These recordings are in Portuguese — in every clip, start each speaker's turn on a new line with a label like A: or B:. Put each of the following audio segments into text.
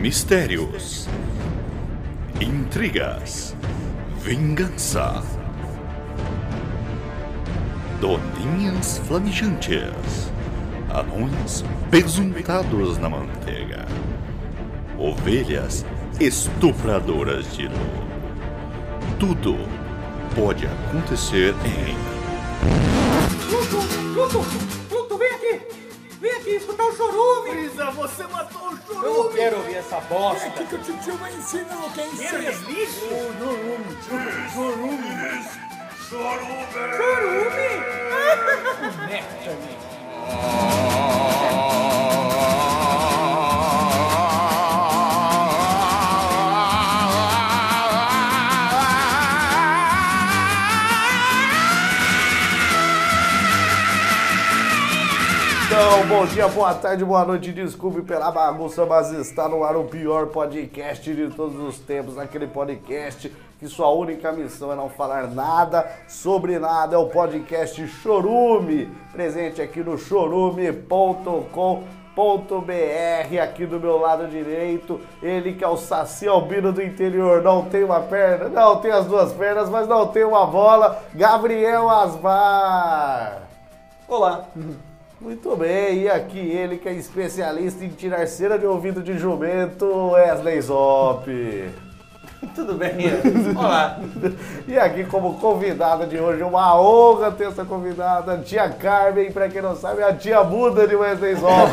A: Mistérios, intrigas, vingança, doninhas flamijantes, anões pesuntados na manteiga, ovelhas estupradoras de luz. Tudo pode acontecer em
B: Pluto, Pluto, Pluto, vem aqui! Vem aqui escutar o chorume!
C: Isa, você matou o
B: Eu não quero ouvir essa bosta!
D: que o tio vai ensinar o que é
C: lixo?
B: Chorume?
C: Então, bom dia, boa tarde, boa noite. Desculpe pela bagunça, mas está no ar o pior podcast de todos os tempos. Aquele podcast que sua única missão é não falar nada sobre nada. É o podcast Chorume, presente aqui no chorume.com.br. aqui do meu lado direito, ele que é o Saci Albino do interior, não tem uma perna, não tem as duas pernas, mas não tem uma bola, Gabriel Asmar.
B: Olá!
C: Muito bem, e aqui ele que é especialista em tirar cera de ouvido de jumento, Wesley Zop.
B: Tudo bem? Olá!
C: E aqui como convidada de hoje, uma honra ter essa convidada, tia Carmen, pra quem não sabe, é a tia Buda de Wesley Zop.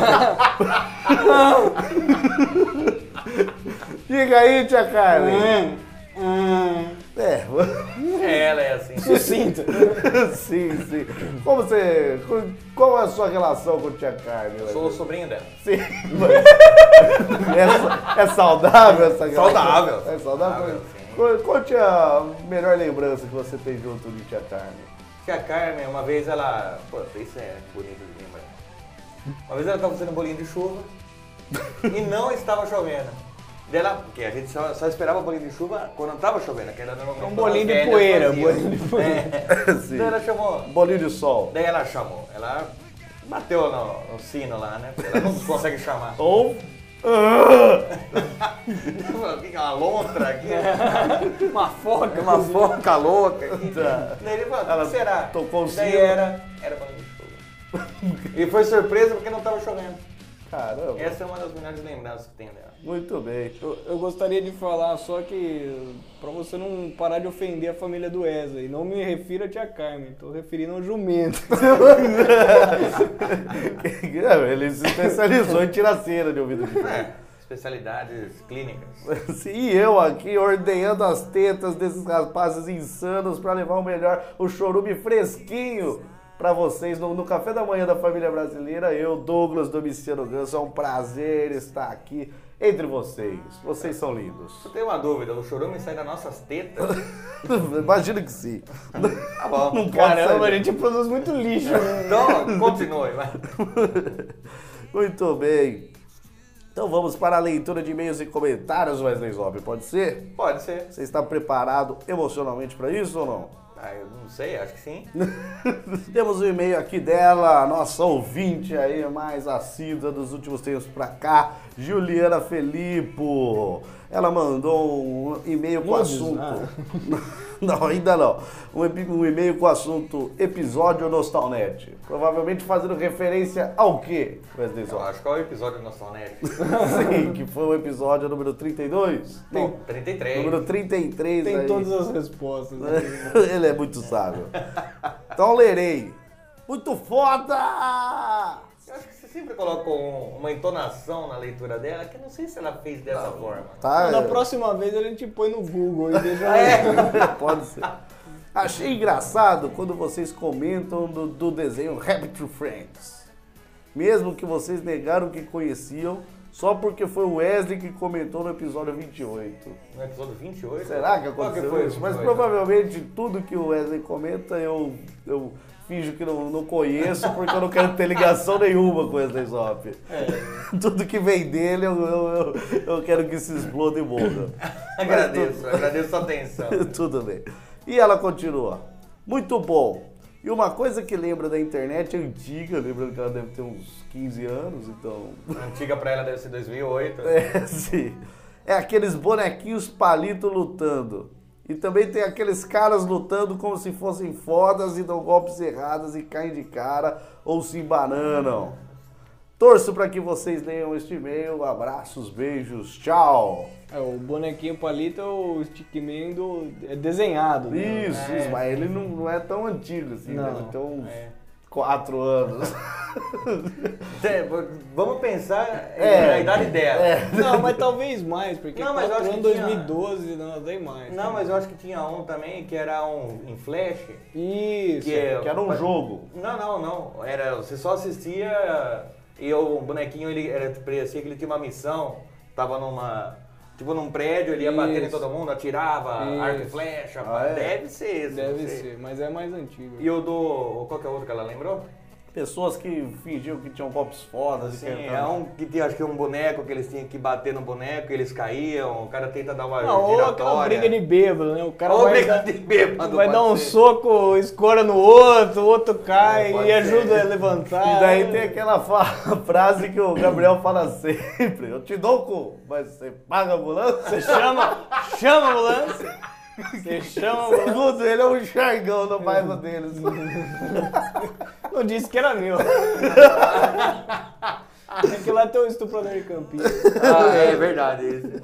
C: Diga aí, tia Carmen. É,
B: É, ela é assim.
C: sim, sim. Como você, qual é a sua relação com tia Carmen? Wesley?
B: Sou sobrinho dela.
C: Sim, mas- é, é saudável essa galera?
B: Saudável.
C: É saudável.
B: Saudável, sim.
C: Qual- Qual que é a melhor lembrança que você tem junto de Tia Carmen?
B: Tia Carmen, uma vez ela. Pô, isso é bonito de lembrar. Uma vez ela tava fazendo bolinho de chuva e não estava chovendo. Daí ela, porque a gente só, só esperava bolinho de chuva quando não tava chovendo, que era normalmente. Um
D: bolinho de poeira, bolinho
B: de poeira.
C: Sim.
B: Daí É, então ela chamou.
C: Bolinho de sol.
B: Daí ela chamou, ela bateu no, no sino lá, né? Porque ela não consegue chamar.
C: Ou
B: Falou, "Que que é Uma lontra aqui,
D: Uma foca,
B: uma boca louca aqui.
C: Tá.
B: Daí ele falou,
C: Ela
B: "O que será?
C: tocou o
B: Daí
C: sino.
B: era, era bolinho de chuva. e foi surpresa porque não tava chovendo.
C: caramba.
B: Essa é uma das melhores lembranças que tem dela.
C: Muito bem.
D: Eu, eu gostaria de falar só que, pra você não parar de ofender a família do Wesley, não me refiro a tia Carmen, tô referindo ao jumento.
C: Ele se especializou em tirar cera de ouvido de jumento.
B: É. Especialidades clínicas.
C: Sim, E eu aqui ordenhando as tetas desses rapazes insanos pra levar o melhor, o chorume fresquinho pra vocês no, no café da manhã da família brasileira. Eu, Douglas Domiciano Ganso, é um prazer estar aqui entre vocês. Vocês são lindos.
B: Eu tenho uma dúvida, o chorume sai das nossas tetas?
C: Imagino que sim.
B: Tá bom.
D: Caramba, a
C: sair.
D: gente produz muito lixo. né?
B: Então, continue, vai.
C: Muito bem. Então vamos para a leitura de e-mails e comentários, Wesley Zob, pode ser?
B: Pode ser.
C: Você está preparado emocionalmente pra isso ou não?
B: Ah, eu não sei, acho que sim.
C: Temos um e-mail aqui dela, a nossa ouvinte aí, mais assídua dos últimos tempos pra cá, Juliana Felipo. Ela mandou um e-mail com
D: Nudes?
C: assunto.
D: Ah.
C: Não, ainda não. Um epi- Um e-mail com assunto episódio Nostalnet. Provavelmente fazendo referência ao quê, Wesley
B: Eu
C: Zó?
B: acho que é o episódio do Noção Nerd.
C: Sim, que foi o episódio número 32.
B: Bom, 33.
C: número 33
D: Tem
C: aí.
D: todas as respostas. né?
C: Ele é muito sábio. Então lerei. Muito foda!
B: Eu acho que você sempre coloca um- uma entonação na leitura dela, que eu não sei se ela fez dessa forma.
C: Tá?
D: Na próxima vez a gente põe no Google e deixa
B: É.
C: É. Pode ser. Achei engraçado quando vocês comentam do, do desenho Rabbit to Friends. Mesmo que vocês negaram que conheciam, só porque foi o Wesley que comentou no episódio 28.
B: No episódio 28.
C: Será que
B: Qual
C: aconteceu
B: foi
C: isso?
B: o
C: Mas
B: 28?
C: provavelmente tudo que o Wesley comenta eu, eu finjo que não, não conheço porque eu não quero ter ligação nenhuma com o Wesley Zop.
B: É.
C: Tudo que vem dele eu, eu, eu, eu quero que se exploda e morra.
B: Agradeço, agradeço a atenção.
C: Tudo bem. E ela continua. Muito bom. E uma coisa que lembra da internet é antiga, lembrando que ela deve ter uns 15 anos, então.
B: Antiga pra ela deve ser 2008.
C: É, sim. É aqueles bonequinhos palito lutando. E também tem aqueles caras lutando como se fossem fodas e dão golpes errados e caem de cara ou se embananam. Torço para que vocês leiam este e-mail. Abraços, beijos, tchau.
D: É, o bonequinho palito é o stickman do... é desenhado. né?
C: Isso,
D: É.
C: isso, mas ele não, não é tão antigo assim,
D: Não,
C: deve ter uns
D: é.
C: 4 anos.
B: É, v- vamos pensar
C: É.
B: na idade dela.
C: É.
D: Não, mas talvez mais, porque
B: Não,
D: não,
B: mas eu acho
D: ano
B: que tinha-
D: 2012, não, tem mais.
B: Não, mas eu acho que tinha um também que era um em flash.
D: Isso.
B: Que é-
C: que era um
B: pa-
C: jogo.
B: Não, não, não. Era, você só assistia e o bonequinho ele era, parecia que ele tinha uma missão. Tava numa. Tipo num prédio, ele ia bater em
D: Isso.
B: todo mundo, atirava,
D: Isso.
B: arco e flecha.
C: Ah,
B: pá.
C: é?
B: Deve ser isso. não
D: Deve
B: sei.
D: ser, mas é mais antigo.
B: E o do. Qual que é o outro que ela lembrou?
C: Pessoas que fingiam que tinham golpes fodas
B: Sim,
C: e
B: é
D: tá?
C: tentavam-
B: um que tinha acho que um boneco que eles tinham que bater no boneco e eles caíam, o cara tenta dar uma
D: Não, ou aquela
B: giratória.
D: briga de bêbado, né? O cara
B: Ou
D: vai,
B: briga
D: dar,
B: de bêbado,
D: vai
B: pode
D: dar um
B: ser.
D: soco, escora no outro, o outro cai
B: É, pode
D: e ajuda
B: ser.
D: a levantar.
C: E daí
D: né?
C: tem aquela fa- frase que o Gabriel fala sempre: Eu te dou o cu, mas você paga a ambulância?
D: Você chama, chama a ambulância. Você chama a ambulância.
C: Segundo ele, é um jargão no bairro deles.
D: Não disse que era meu. É que lá tem o estuprador de Campinas.
B: Ah, é verdade, isso.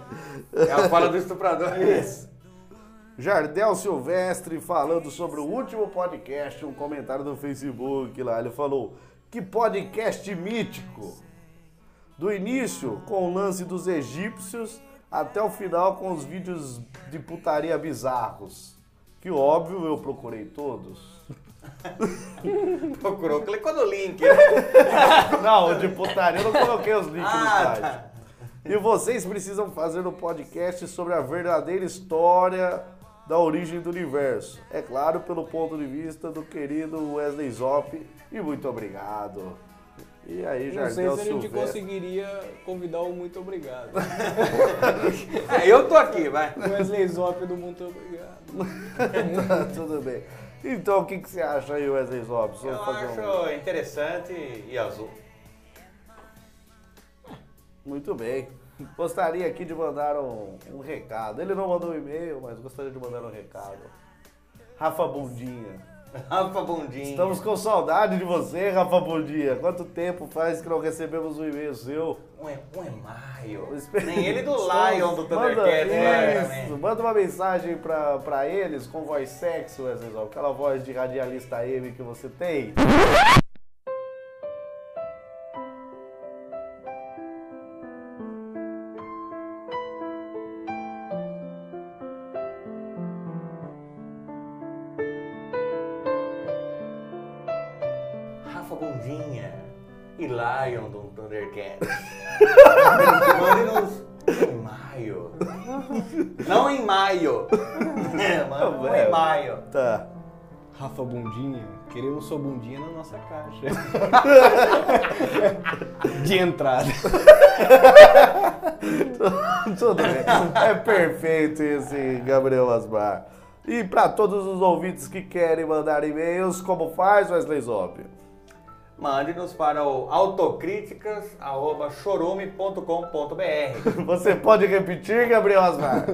B: É a fala do estuprador. Isso.
C: Jardel Silvestre falando sobre o último podcast, um comentário do Facebook lá. Ele falou: Que podcast mítico! Do início com o lance dos egípcios até o final com os vídeos de putaria bizarros. Que óbvio eu procurei todos.
B: Procurou, clicou no link.
C: Não, de putaria, eu não coloquei os links
B: Ah,
C: no site.
B: tá.
C: E vocês precisam fazer um podcast sobre a verdadeira história da origem do universo. É claro, pelo ponto de vista do querido Wesley Zop. E muito obrigado. E aí,
D: Não sei
C: Jardel
D: se a gente
C: Silvestre.
D: conseguiria convidar o Muito Obrigado.
B: É, eu tô aqui, vai.
D: O Wesley Zop do Muito Obrigado.
C: Tá, Tudo bem. Então, o que, que você acha aí, Wesley Zop? Só
B: Eu
C: fazer um-
B: acho interessante e azul.
C: Muito bem. Gostaria aqui de mandar um, um recado. Ele não mandou um e-mail, mas gostaria de mandar um recado. Rafa Bundinha.
B: Rafa Bundinho.
C: Estamos com saudade de você, Rafa Bundinha. Quanto tempo faz que não recebemos um e-mail seu?
B: Um é, um é maio.
C: Espe-
B: Nem ele do
C: Estamos-
B: Lion do
C: manda,
B: Thundercats lá né?
C: isso,
B: também.
C: manda uma mensagem pra, pra eles com voz sexy, Wesley Zop, aquela voz de radialista M que você tem.
B: Rafa Bundinha e Lion do Thundercats. Mande nos em maio. Não em maio. É, mano, não em
C: velho.
B: maio.
C: Tá.
D: Rafa Bundinha, queremos sua bundinha na nossa caixa. De entrada.
C: Tudo bem. É perfeito esse Gabriel Asmar. E pra todos os ouvintes que querem mandar e-mails, como faz, Wesley Zop?
B: Mande-nos para o autocríticas.chorume.com.br
C: Você pode repetir, Gabriel Asmar?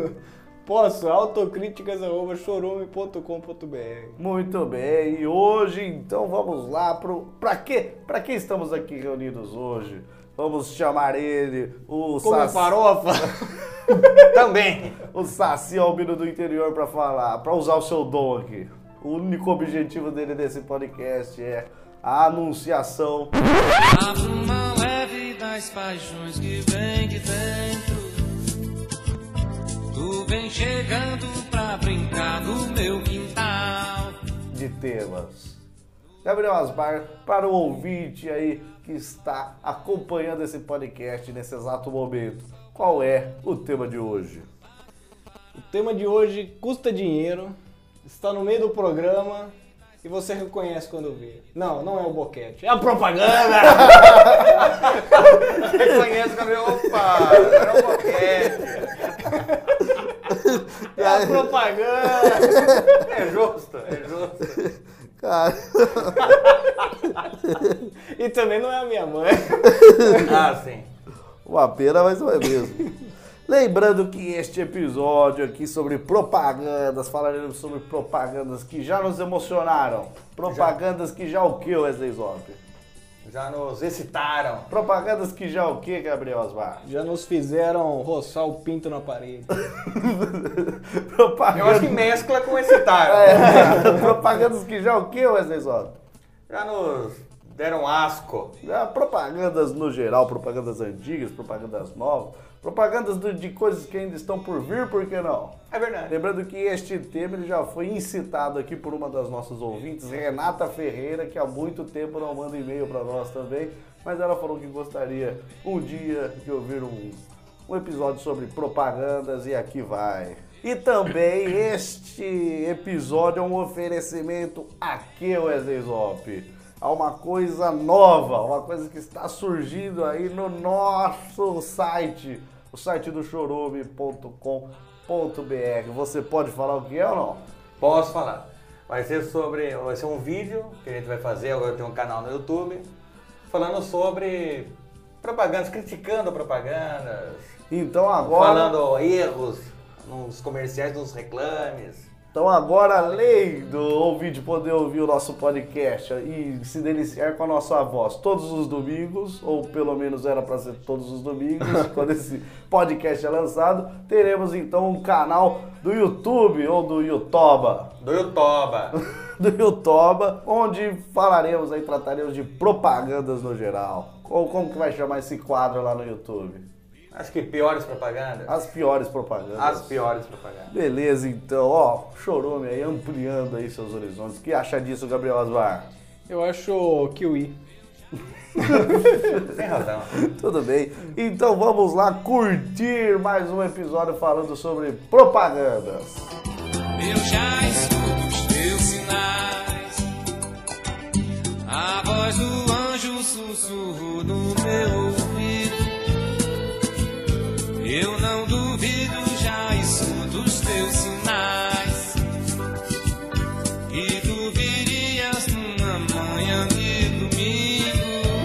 D: Posso, autocríticas.chorome.com.br.
C: Muito bem, e hoje então vamos lá pro. Pra quê? Pra que estamos aqui reunidos hoje? Vamos chamar ele, o
D: Como é
C: Saci,
D: farofa?
B: Também.
C: o Saci Albino do interior pra falar, pra usar o seu dom aqui. O único objetivo dele nesse podcast é a anunciação.
E: Há uma leve das paixões que vem de dentro. Tu vem chegando pra brincar no meu quintal.
C: de temas. Gabriel Asbar, para o ouvinte aí que está acompanhando esse podcast nesse exato momento, qual é o tema de hoje?
D: O tema de hoje custa dinheiro, está no meio do programa e você reconhece quando vê. Não, não é o boquete, é a propaganda!
B: Reconheço o cabelo. Opa, era um boquete.
D: É a propaganda!
B: É justo, é justo.
C: cara.
D: E também não é a minha mãe.
B: Ah, sim.
C: Uma pena, mas não é mesmo. Lembrando que este episódio aqui sobre propagandas, falaremos sobre propagandas que já nos emocionaram. Propagandas que já o que, Wesley Zop?
B: Já nos excitaram.
C: Propagandas que já o que, Gabriel Osmar?
D: Já nos fizeram roçar o pinto na parede.
B: Eu acho que
C: propagandas,
B: mescla com excitaram.
C: É, propagandas que já o que, Wesley Zop?
B: Já nos deram asco.
C: Ah, propagandas no geral, propagandas antigas, propagandas novas, propagandas do- de coisas que ainda estão por vir, por que não?
B: É verdade.
C: Lembrando que este tema ele já foi incitado aqui por uma das nossas ouvintes, Renata Ferreira, que há muito tempo não manda e-mail para nós também, mas ela falou que gostaria um dia de ouvir um, um episódio sobre propagandas e aqui vai. E também este episódio é um oferecimento aqui, é Wesley Zop, a uma coisa nova, uma coisa que está surgindo aí no nosso site, o site do chorome.com .br. Você pode falar o que é ou não?
B: Posso falar. Vai ser sobre. Vai ser um vídeo que a gente vai fazer. Agora eu tenho um canal no YouTube. Falando sobre propagandas, criticando propagandas.
C: Então agora,
B: Falando erros nos comerciais, nos reclames.
C: então agora além do ouvinte poder ouvir o nosso podcast e se deliciar com a nossa voz todos os domingos, ou pelo menos era para ser todos os domingos, quando esse podcast é lançado, teremos então um canal do YouTube ou do Youtoba.
B: Do Yotoba.
C: do Youtoba, onde falaremos aí, trataremos de propagandas no geral. Ou como que vai chamar esse quadro lá no YouTube?
B: Acho que piores propagandas.
C: As piores propagandas.
B: As piores propagandas.
C: Beleza, então, ó, chorume aí, ampliando aí seus horizontes. O que acha disso, Gabriel Asbar?
D: Eu acho kiwi.
B: Tem razão.
C: Tudo bem. Então vamos lá curtir mais um episódio falando sobre propagandas.
E: Eu já escuto os teus sinais. A voz do anjo sussurro no meu ouvido. Eu não duvido, já escuto os teus sinais. E tu virias numa manhã de domingo.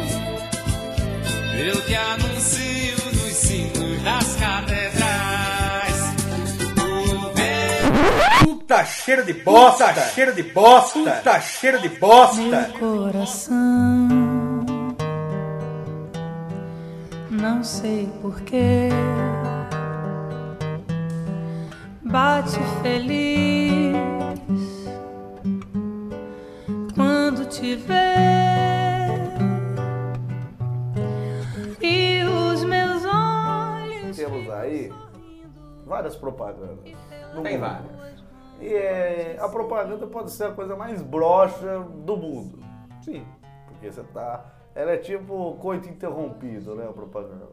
E: Eu te anuncio nos sinos das catedrais. O meu
B: Puta cheiro de bosta. Puta cheiro de bosta. Puta cheiro de bosta.
F: coração. Não sei porquê. Bate feliz quando te ver. E os meus olhos.
C: Temos aí várias propagandas. no
B: Tem
C: mundo.
B: várias.
C: E é, a propaganda pode ser a coisa mais broxa do mundo. Sim. Porque você tá. Ela é tipo coito interrompido, né? A propaganda.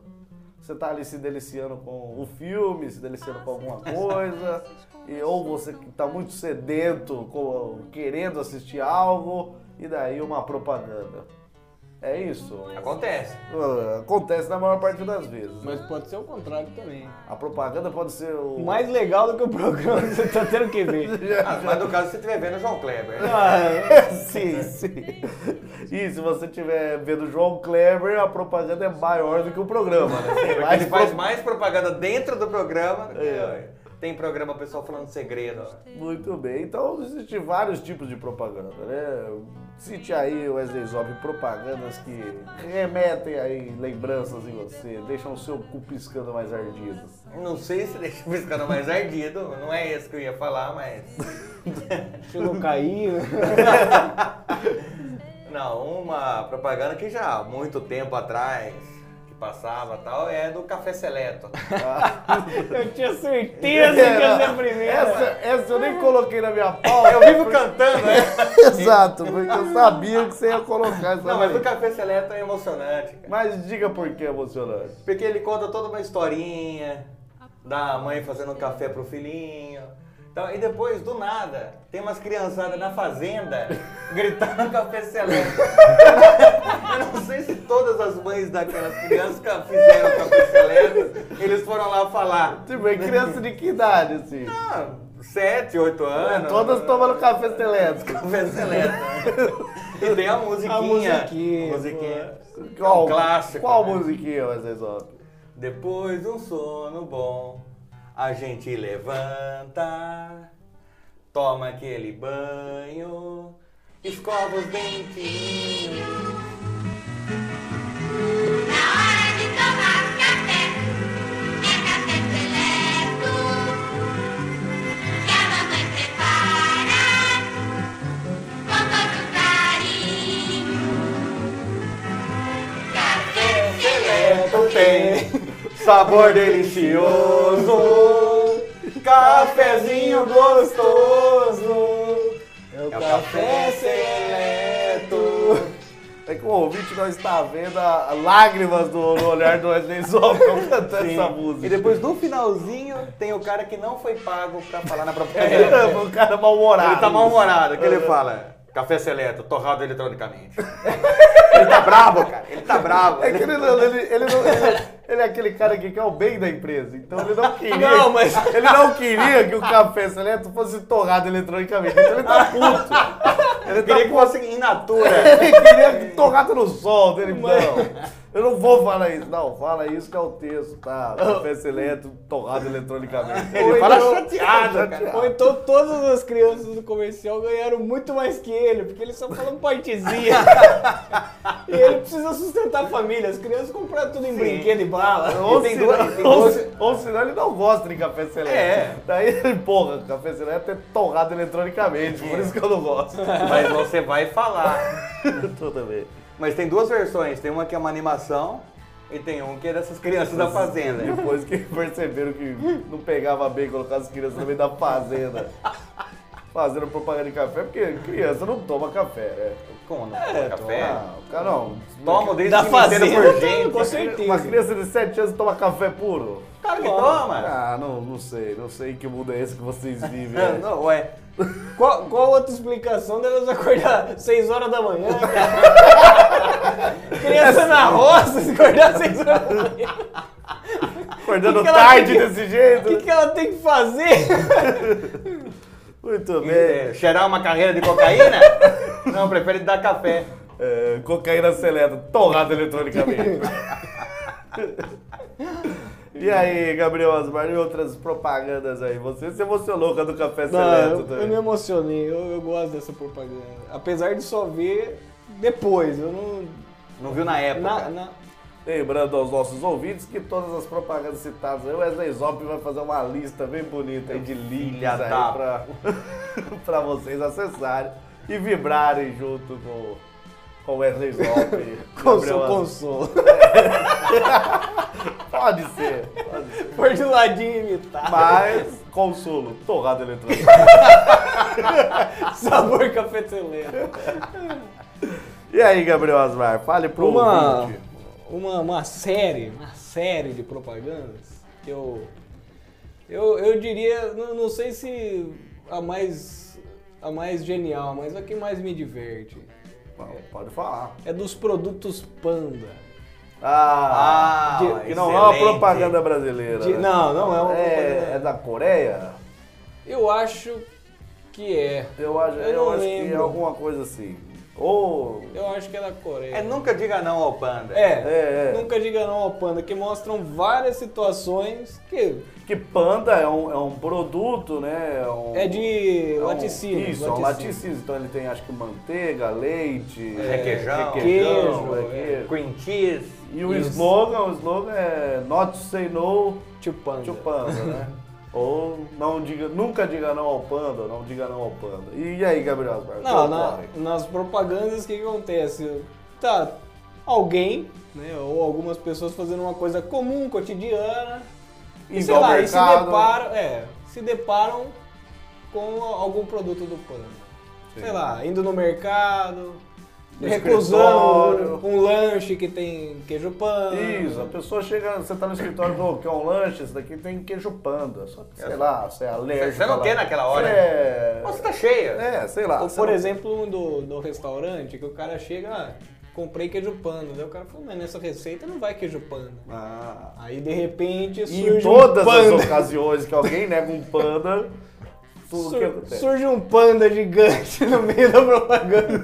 C: Você tá ali se deliciando com o filme, se deliciando com alguma coisa, e, ou você que tá muito sedento, com- querendo assistir algo, e daí uma propaganda. É isso?
B: Acontece.
C: Ah, Acontece na maior parte das vezes. né?
D: Mas pode ser o contrário também.
C: A propaganda pode ser o.
D: Mais legal do que o programa que você tá tendo que ver.
B: Ah, mas no caso você estiver vendo o João Kleber. né?
C: sim, sim. E se você estiver vendo o João Kleber, a propaganda é maior do que o programa, né? Tem
B: Porque
C: mais
B: ele faz
C: pro-
B: mais propaganda dentro do programa. do que-
C: É.
B: Tem programa o pessoal falando segredo. ó.
C: Muito bem. Então, existem vários tipos de propaganda, né? Cite aí, Wesley Zop, propagandas que remetem aí lembranças em você, deixam o seu cu piscando mais ardido.
B: Não sei se deixa o piscando mais ardido. Não é esse que eu ia falar, mas.
D: Deixa eu não cair. né?
B: Não, uma propaganda que já há muito tempo atrás, que passava e tal, é do Café Seleto.
D: Eu tinha certeza que ia ser a primeira.
C: Essa, essa eu nem coloquei na minha pauta.
B: Eu vivo cantando, né?
C: Exato, porque eu sabia que você ia colocar essa
B: Não, mas
C: daí.
B: o Café Seleto é emocionante, cara.
C: Mas diga por que é emocionante.
B: Porque ele conta toda uma historinha da mãe fazendo um café pro filhinho. Então, e depois, do nada, tem umas criançadas na fazenda gritando café seleto. Eu não sei se todas as mães daquelas crianças que fizeram café seleto, eles foram lá falar.
C: Tipo, é criança de que idade, assim?
B: Ah, sete, oito anos.
C: É, Todas tomando café elétrico.
B: Café Seleto. e tem a musiquinha.
D: A musiquinha,
B: A musiquinha.
C: Qual,
B: clássico,
C: qual
B: né?
C: musiquinha vocês ouvem?
B: Depois de um sono bom, a gente levanta, toma aquele banho, escova os dentinhos.
G: Na hora de tomar café, é café seleto que a mamãe prepara com todo carinho. Café seleto.
B: tem sabor delicioso, cafezinho gostoso. É o café seleto.
C: É que o ouvinte não está vendo a a lágrimas do, no olhar do Wesley Zopão cantando essa música.
B: E depois do finalzinho tem o cara que não foi pago pra falar na propaganda.
C: É, o cara mal-humorado.
B: Ele tá mal-humorado, que ele fala. Café seleto, torrado eletronicamente. ele tá brabo, cara. Ele tá brabo.
C: É que ele, não- ele, ele, não- ele- ele é aquele cara que quer o bem da empresa, então ele não queria.
D: Não, mas-
C: Ele não queria que o café seleto fosse torrado eletronicamente. Então ele tá puto.
B: Eu queria que fosse in natura.
C: Ele queria torrado no sol dele. Não, eu não vou falar isso. Não, fala isso que é o texto, tá? Café seleto, torrado eletronicamente.
B: Ele
C: Ou
B: fala
C: então-
B: chateado, cara.
D: Ou então todas as crianças do comercial ganharam muito mais que ele, porque ele só falando partezinha. e ele precisa sustentar a família. As crianças compraram tudo em brinquedo e bala.
C: Ou
B: E tem
C: se
B: duas-
D: né?
C: não-
B: e tem
C: ou
B: duas-
C: se- ou senão ele não gosta de café seleto.
B: É.
C: Daí ele, porra, café seleto é torrado eletronicamente, por isso que eu não gosto.
B: Mas você vai falar.
C: Tudo bem.
B: Mas tem duas versões. Tem uma que é uma animação e tem um que é dessas crianças da fazenda.
C: Depois que perceberam que não pegava bem colocar as crianças no meio da fazenda. Fazendo propaganda de café, porque criança não toma café, né?
B: Como não? É, café?
C: Ah, o cara não.
B: Toma desde
D: Da
B: que me entendo
D: fazenda,
B: por gente.
D: com certeza.
C: Uma criança de 7 anos toma café puro?
B: Claro que toma.
C: Ah, não, não sei. Não sei que mundo é esse que vocês vivem.
B: Não,
C: né?
B: não, ué.
D: Qual, qual outra explicação delas acordar 6 horas da manhã? Criança na roça, se acordar 6 horas da manhã.
C: Acordando
D: que que ela
C: tarde
D: queria?
C: desse
D: O
C: jeito.
D: que, que ela tem que fazer?
C: Muito bem.
B: É, cheirar uma carreira de cocaína? não, prefere dar café.
C: É, cocaína seleta, torrada eletronicamente. e aí, Gabriel Osmar, e outras propagandas aí? Você se emocionou com a do café
D: Não,
C: seleto
D: eu, eu
C: também.
D: me emocionei, eu, eu gosto dessa propaganda. Apesar de só ver depois, eu não.
B: Não viu na época.
D: Na, na-
C: Lembrando aos nossos ouvintes que todas as propagandas citadas aí, o Wesley Zop vai fazer uma lista bem bonita aí de links
B: Filha
C: aí
B: da-
C: pra, pra vocês acessarem e vibrarem junto com, com o Wesley Zop. e
D: com
C: Gabriel
D: seu
C: Osmar.
D: consolo.
C: Pode ser, pode ser.
D: Por de ladinho e imitar.
C: Mas, consolo, torrada eletrônica.
D: Sabor cafeteleiro.
C: E aí, Gabriel Asmar, fale pro
D: Uma,
C: ouvinte.
D: uma, uma série, uma série de propagandas que eu. Eu, eu diria, não, não sei se a mais. a mais genial, mas a que mais me diverte.
C: Bom, Pode falar.
D: É dos produtos Panda.
C: Ah,
B: Ah,
D: De-
C: que não é uma
B: excelente.
C: propaganda brasileira.
D: De-
C: né?
D: não, não é uma propaganda.
C: É, é da Coreia?
D: Eu acho que é.
C: Eu acho,
D: Eu
C: eu
D: não
C: acho que é
D: lembro.
C: alguma coisa assim. Ou.
D: Eu acho que é da Coreia.
B: É, nunca diga não ao panda.
C: É, é.
D: Nunca diga não ao panda, que mostram várias situações que
C: Que panda é um, é um produto, né? É, um-
D: é de
C: é um-
D: laticínio.
C: Isso, é um laticínio. Então ele tem, acho que manteiga, leite,
B: Requeijão,
C: requeijão,
D: queijo,
C: é,
D: é.
C: queijo.
B: Cream cheese.
C: E o
D: Isso.
C: slogan, o slogan é Not Say No
D: Tio panda.
C: Tio Panda, né? Ou não diga, nunca diga não ao panda, não diga não ao panda. E aí, Gabriel Asmar? o que
D: Não, na-
C: ocorre?
D: nas propagandas o que, que acontece? Tá alguém, né, ou algumas pessoas fazendo uma coisa comum, cotidiana, e
C: Indo
D: sei
C: ao
D: lá, e se
C: mercado.
D: deparam, é, se deparam com algum produto do panda. Sei lá, indo no mercado,
C: No
D: recusando
C: escritório.
D: um, um lanche que tem queijo panda.
C: Isso, a pessoa chega, você tá no escritório e fala, quer um lanche? Esse daqui tem queijo panda. Só que, sei lá, você é alérgico.
B: Você não
C: lá.
B: quer naquela hora.
C: Você É,
B: Nossa, tá cheia.
C: é, sei lá.
D: Ou,
C: você
D: por
C: não-
D: exemplo, um do, do restaurante, que o cara chega, ah, comprei queijo panda. Daí o cara falou, mas nessa receita não vai queijo panda.
C: Ah.
D: Aí, de repente,
C: E em
D: surge um
C: todas as
D: panda.
C: ocasiões que alguém nega um panda, tudo
D: Sur-
C: que acontece.
D: surge um panda gigante no meio da propaganda.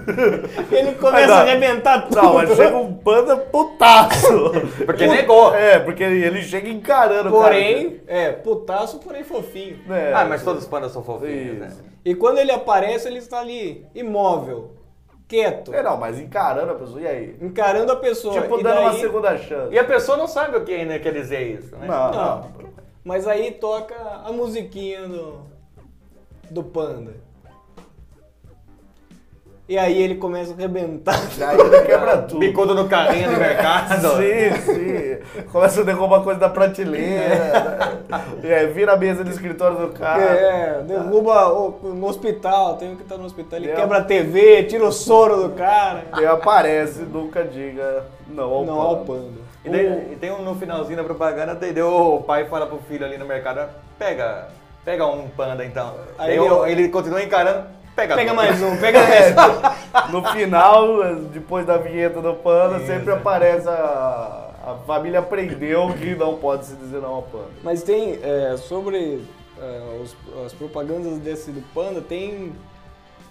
D: Ele
C: Mas,
D: começa
C: ó,
D: a arrebentar tudo.
C: Não, mas chega um panda putaço.
B: Porque
C: Puta-
B: negou.
C: É, porque ele, ele chega encarando o cara.
D: Porém, é, putaço, porém fofinho.
C: É.
B: Ah, mas todos os pandas são fofinhos, né?
C: Isso.
D: E quando ele aparece, ele está ali, imóvel, quieto,
C: É, não, mas encarando a pessoa, e aí?
D: encarando a pessoa.
C: Tipo,
D: E
C: dando uma
D: daí-
C: segunda chance.
B: E a pessoa não sabe o que ainda quer dizer isso, né?
C: Não,
D: Não.
C: não.
D: Mas aí toca a musiquinha do, do panda. E aí ele começa a arrebentar.
C: Aí ele quebra tudo.
B: Bicudo no carrinho do mercado.
C: Sim, sim. Começa a derrubar coisa da prateleira. É, vira a mesa do escritório do cara.
D: É, derruba o, no hospital, tem um que estar no hospital, ele
C: É.
D: quebra a TV, tira o soro do cara.
C: E aparece, nunca diga não ao
D: Não,
C: É panda.
D: ao panda.
B: E, daí- e tem um no finalzinho da propaganda, daí deu, o pai fala pro filho ali no mercado, pega, pega um panda então.
D: Aí
B: Daí
D: eu-
B: o- ele continua encarando, pega
D: Pega
B: dois.
D: mais um, pega mais um.
C: No final, depois da vinheta do panda, sempre aparece a, a família aprendeu que não pode se dizer não ao panda.
D: Mas tem, é, sobre é, os- as propagandas desse do Panda, tem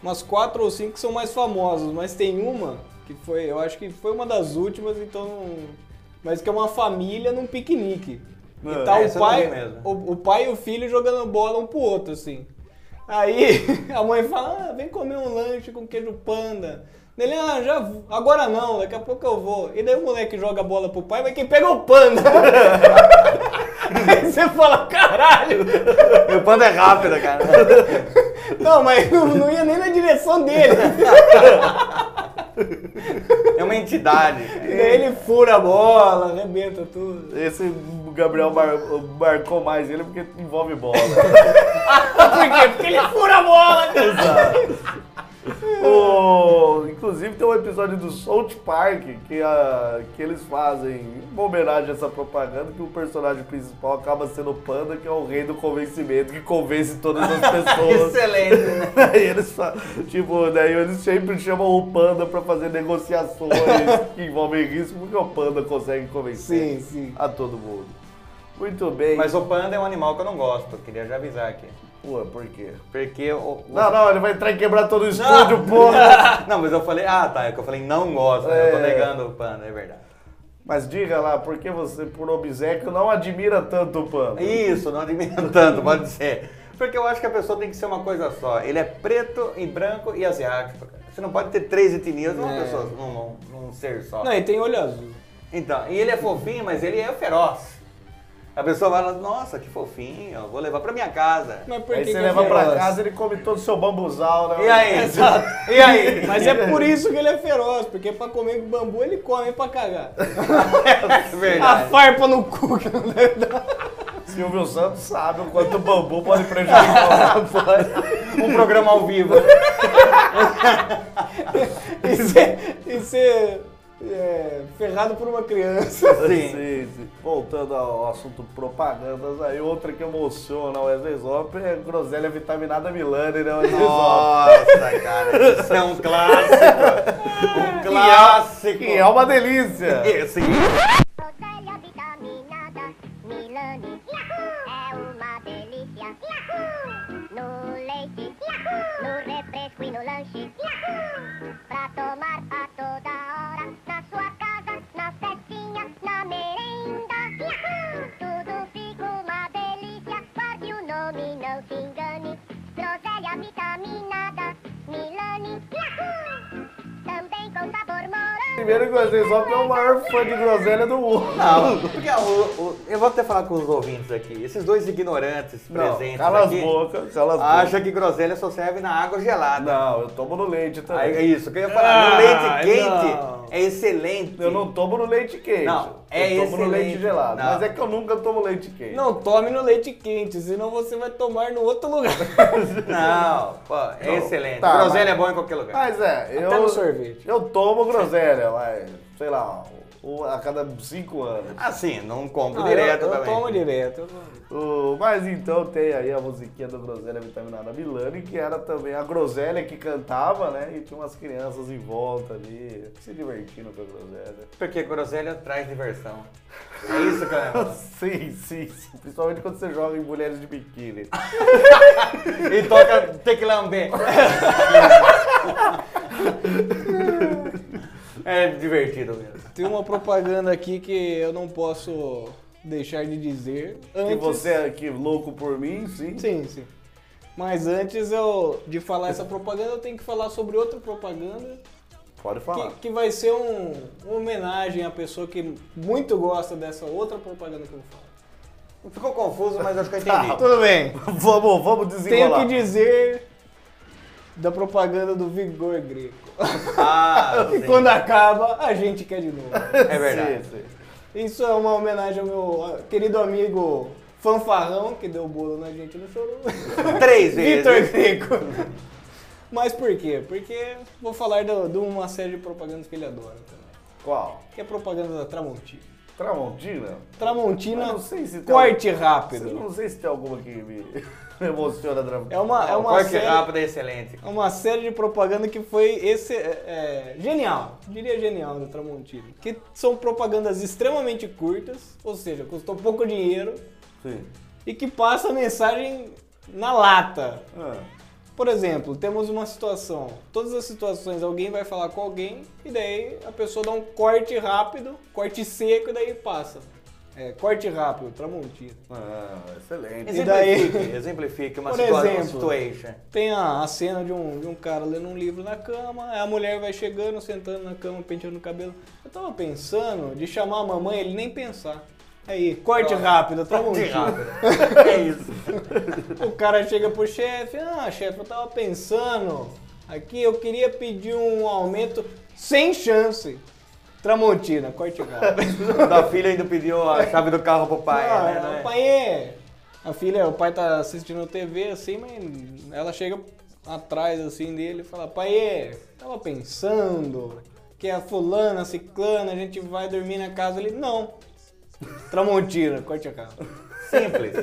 D: umas quatro ou cinco que são mais famosas, mas tem uma que foi, eu acho que foi uma das últimas, então. não- Mas que é uma família num piquenique.
C: Mano,
D: e tá o
B: Ah, essa eu não vi
D: pai,
B: mesmo.
D: o, o pai e o filho jogando bola um pro outro, assim. Aí a mãe fala, ah, vem comer um lanche com queijo panda. Ele, ah, já, vou. agora não, daqui a pouco eu vou. E daí o moleque joga a bola pro pai, mas quem pega é o panda. Aí você fala, caralho!
B: O panda é rápido, cara.
D: Não, mas não, não ia nem na direção dele. né?
B: É uma entidade.
D: E
B: cara.
D: daí ele fura a bola, arrebenta tudo.
C: Esse Gabriel mar- marcou mais ele porque envolve bola.
D: Por quê? Porque ele fura a bola, cara.
C: O- inclusive tem um episódio do South Park que, a- que eles fazem uma homenagem a essa propaganda que o personagem principal acaba sendo o Panda, que é o rei do convencimento, que convence todas as
D: é
C: pessoas.
B: Excelente, né?
C: Aí eles fa- tipo, daí eles sempre chamam o panda pra fazer negociações que envolvem risco, porque o panda consegue convencer
D: Sim, sim.
C: a todo mundo. Muito bem.
B: Mas o panda é um animal que eu não gosto, queria já avisar aqui.
C: Pô, por quê?
B: Porque o...
C: Não, não, ele vai entrar e quebrar todo o estúdio, porra.
B: Não, mas eu falei, ah tá, é que eu falei não gosto, né? eu tô
C: É.
B: negando o panda, é verdade.
C: Mas diga lá, por que você, por obséquio, não admira tanto o panda?
B: Isso, não admiro tanto, pode ser. Porque eu acho que a pessoa tem que ser uma coisa só. Ele é preto e branco e asiático. cara. Você não pode ter três etnias numa
D: É.
B: pessoa, num, num- num ser só.
D: Não, e tem olho azul.
B: Então, e ele é fofinho, mas ele é feroz. A pessoa vai lá, nossa, que fofinho, eu vou levar pra minha casa.
D: Mas por
C: Aí
D: que
C: você
D: que é
C: leva pra
D: feroz?
C: casa, ele come todo o seu bambuzal, né?
B: E aí?
D: Exato.
B: E aí?
D: Mas é por isso que ele é feroz, porque pra comer com bambu ele come pra cagar.
B: É
D: A
B: verdade.
D: farpa no cu né? que não deve dar.
C: Silvio Santos sabe o quanto o bambu pode prejudicar o panda.
B: Um programa ao vivo.
D: E ser, e ser é, ferrado por uma criança.
B: Sim.
C: Sim, sim. Voltando ao assunto propagandas, aí outra que emociona o Wesley Zop é groselha vitaminada Milani, né, Wesley Zop?
B: Nossa, cara, isso é um clássico. Um clássico.
C: Que é uma delícia!
B: Esse.
G: Groselha vitaminada, Milani. É uma delícia. No leite, no refresco e no lanche. Pra tomar a toda hora, na sua casa, na festinha, na merenda. Tudo fica uma delícia. Guarde o nome, não se engane. Groselha vitaminada, Milani. Também com sabor morango.
C: Primeiro que o Wesley Zop é o maior fã de groselha do mundo.
B: Não, porque é o- o- eu vou até falar com os ouvintes aqui. Esses dois ignorantes
C: Não,
B: presentes
C: cala
B: aqui
C: as bocas, cala as bocas.
B: acha que groselha só serve na água gelada.
C: Não, eu tomo no leite
B: Aí,
C: também.
B: é isso que eu ia falar.
D: Ah,
B: no leite quente
D: não.
B: é excelente.
C: Eu não tomo no leite quente.
B: Não, é
C: Eu tomo no leite
B: excelente.
C: gelado.
B: Não.
C: Mas é que eu nunca tomo leite quente.
D: Não tome no leite quente, senão você vai tomar no outro lugar.
B: Não, pô, é
C: Não.
B: excelente.
C: Tá,
B: groselha
C: mas-
B: é bom em qualquer lugar.
C: Mas é, eu.
D: no sorvete.
C: Eu tomo groselha, mas. Sei lá. um a cada cinco anos.
B: Assim, não compro
C: Ah,
D: Não, eu-
B: direto
D: eu,
B: também.
D: tomo direto. eu tomo.
C: O- mas então tem aí a musiquinha do Groselha Vitaminada Milani, que era também a Groselha que cantava, né? E tinha umas crianças em volta ali, se divertindo com a Groselha.
B: Porque groselha traz diversão. É isso,
D: Tá.
B: cara.
C: Sim, sim, sim. Principalmente quando você joga em mulheres de biquíni.
B: E toca tem que lamber. É divertido mesmo.
D: Tem uma propaganda aqui que eu não posso deixar de dizer.
C: E
D: Antes,
C: você é aqui louco por mim, sim.
D: Sim, sim. Mas antes eu, de falar essa propaganda, eu tenho que falar sobre outra propaganda
C: Pode falar.
D: que, que vai ser um, uma homenagem à pessoa que muito gosta dessa outra propaganda que eu falo.
B: Ficou confuso, mas acho que eu entendi.
D: Tá, Tudo bem.
C: vamos, vamos
D: Tenho
C: desenrolar.
D: que dizer da propaganda do Vigor Greco.
B: Ah,
D: E
B: sim.
D: quando acaba, a gente quer de novo.
B: É verdade.
C: Sim, sim.
D: Isso é uma homenagem ao meu ah, querido amigo fanfarrão que deu bolo na gente no choro.
B: Três
D: Vitor
B: vezes.
D: Greco. Mas por quê? Porque vou falar do- de uma série de propagandas que ele adora também.
C: Qual?
D: Que é a propaganda da Tramontina.
C: Tramontina?
D: Tramontina,
C: Eu não sei se tem
D: corte
C: Eu não
D: rápido.
C: sei se tem alguma que me me emociona. Tramontina.
D: É uma, é
B: O
D: uma
B: corte
D: série...
C: Ah,
B: rápido é excelente.
D: É uma série de propaganda que foi esse é, é, genial, diria genial do Tramontina, que são propagandas extremamente curtas, ou seja, custou pouco dinheiro
C: Sim.
D: e que passa a mensagem na lata.
C: Ah,
D: Por exemplo, temos uma situação, todas as situações alguém vai falar com alguém e daí a pessoa dá um corte rápido, corte seco e daí passa. É, corte rápido, Tramontina.
C: ah, excelente.
D: E daí-
B: Exemplifique, exemplifique uma
D: Por
B: situação, uma
D: exemplo.
B: situation.
D: Tem a, a cena de um, de um cara lendo um livro na cama, aí a mulher vai chegando, sentando na cama, penteando o cabelo. Eu tava pensando de chamar a mamãe, ele nem pensar. Aí, corte rápido, tá bom.
B: Corte
D: tio.
B: rápido. É isso.
D: O cara chega pro chefe, ah, chefe, eu tava pensando, aqui eu queria pedir um aumento sem chance. Tramontina, corte rápido.
B: Da filha ainda pediu a chave do carro pro pai,
D: Ah,
B: né? Não é?
D: o pai é. A filha, o pai tá assistindo TV assim, mas ela chega atrás assim dele e fala: Pai, é, tava pensando que a fulana, a ciclana, a gente vai dormir na casa ali. Não. Tramontina, corte a casa.
B: Simples.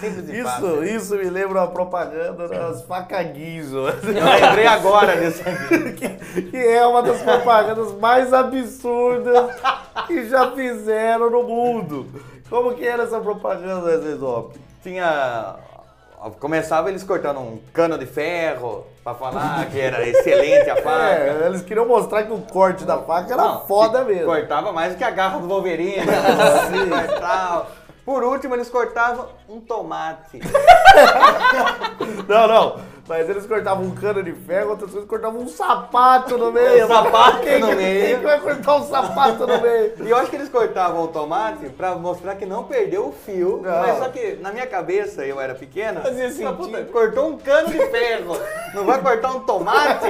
B: Simples e fácil.
C: Isso, isso me lembra uma propaganda das facaguizo.
B: Eu lembrei agora disso aqui.
C: que é uma das propagandas mais absurdas que já fizeram no mundo. Como que era essa propaganda, Zezop?
B: Tinha... Começava eles cortando um cano de ferro pra falar que era excelente a faca.
C: É, eles queriam mostrar que o corte da faca era
B: Não,
C: foda
B: que
C: mesmo.
B: Cortava mais do que a garra do Wolverine. e tal. Por último, eles cortavam um tomate.
C: Não, não. Mas eles cortavam um cano de ferro, outras vezes cortavam um sapato no meio.
B: Um sapato
C: Quem que-
B: no
C: Quem
B: meio.
C: que vai cortar um sapato no meio?
B: E eu acho que eles cortavam o tomate pra mostrar que não perdeu o fio.
C: Não.
B: Mas só que na minha cabeça, eu era pequena.
D: Fazia
B: eu falava, "Puta,
D: sentido."
B: cortou um cano de ferro. não vai cortar um tomate?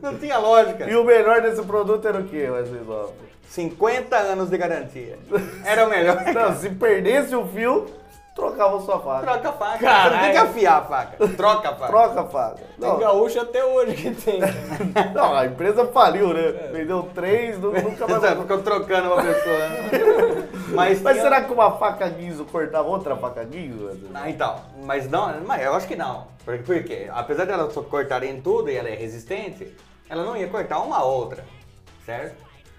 B: não tinha lógica.
C: E o melhor desse produto era o quê, Wesley Zop?
B: 50 anos de garantia. Era o melhor.
C: Não, se perdesse o fio, trocava sua faca.
B: Troca a faca. Você não
D: Caralho.
B: tem que afiar a faca. Troca a faca.
C: Troca a faca.
D: Tem
C: Não,
D: gaúcho até hoje que tem.
C: não, a empresa faliu,
B: É.
C: né? Vendeu três, nu- nunca mais.
B: Você ficou trocando uma pessoa. né? Mas,
C: Mas
B: tinha-
C: será que uma faca guiso cortava outra faca guiso? Wesley?
B: Ah, então, mas não, mas eu acho que não. Por, por quê? Apesar dela só cortar em tudo e ela é resistente, ela não ia cortar uma outra, certo?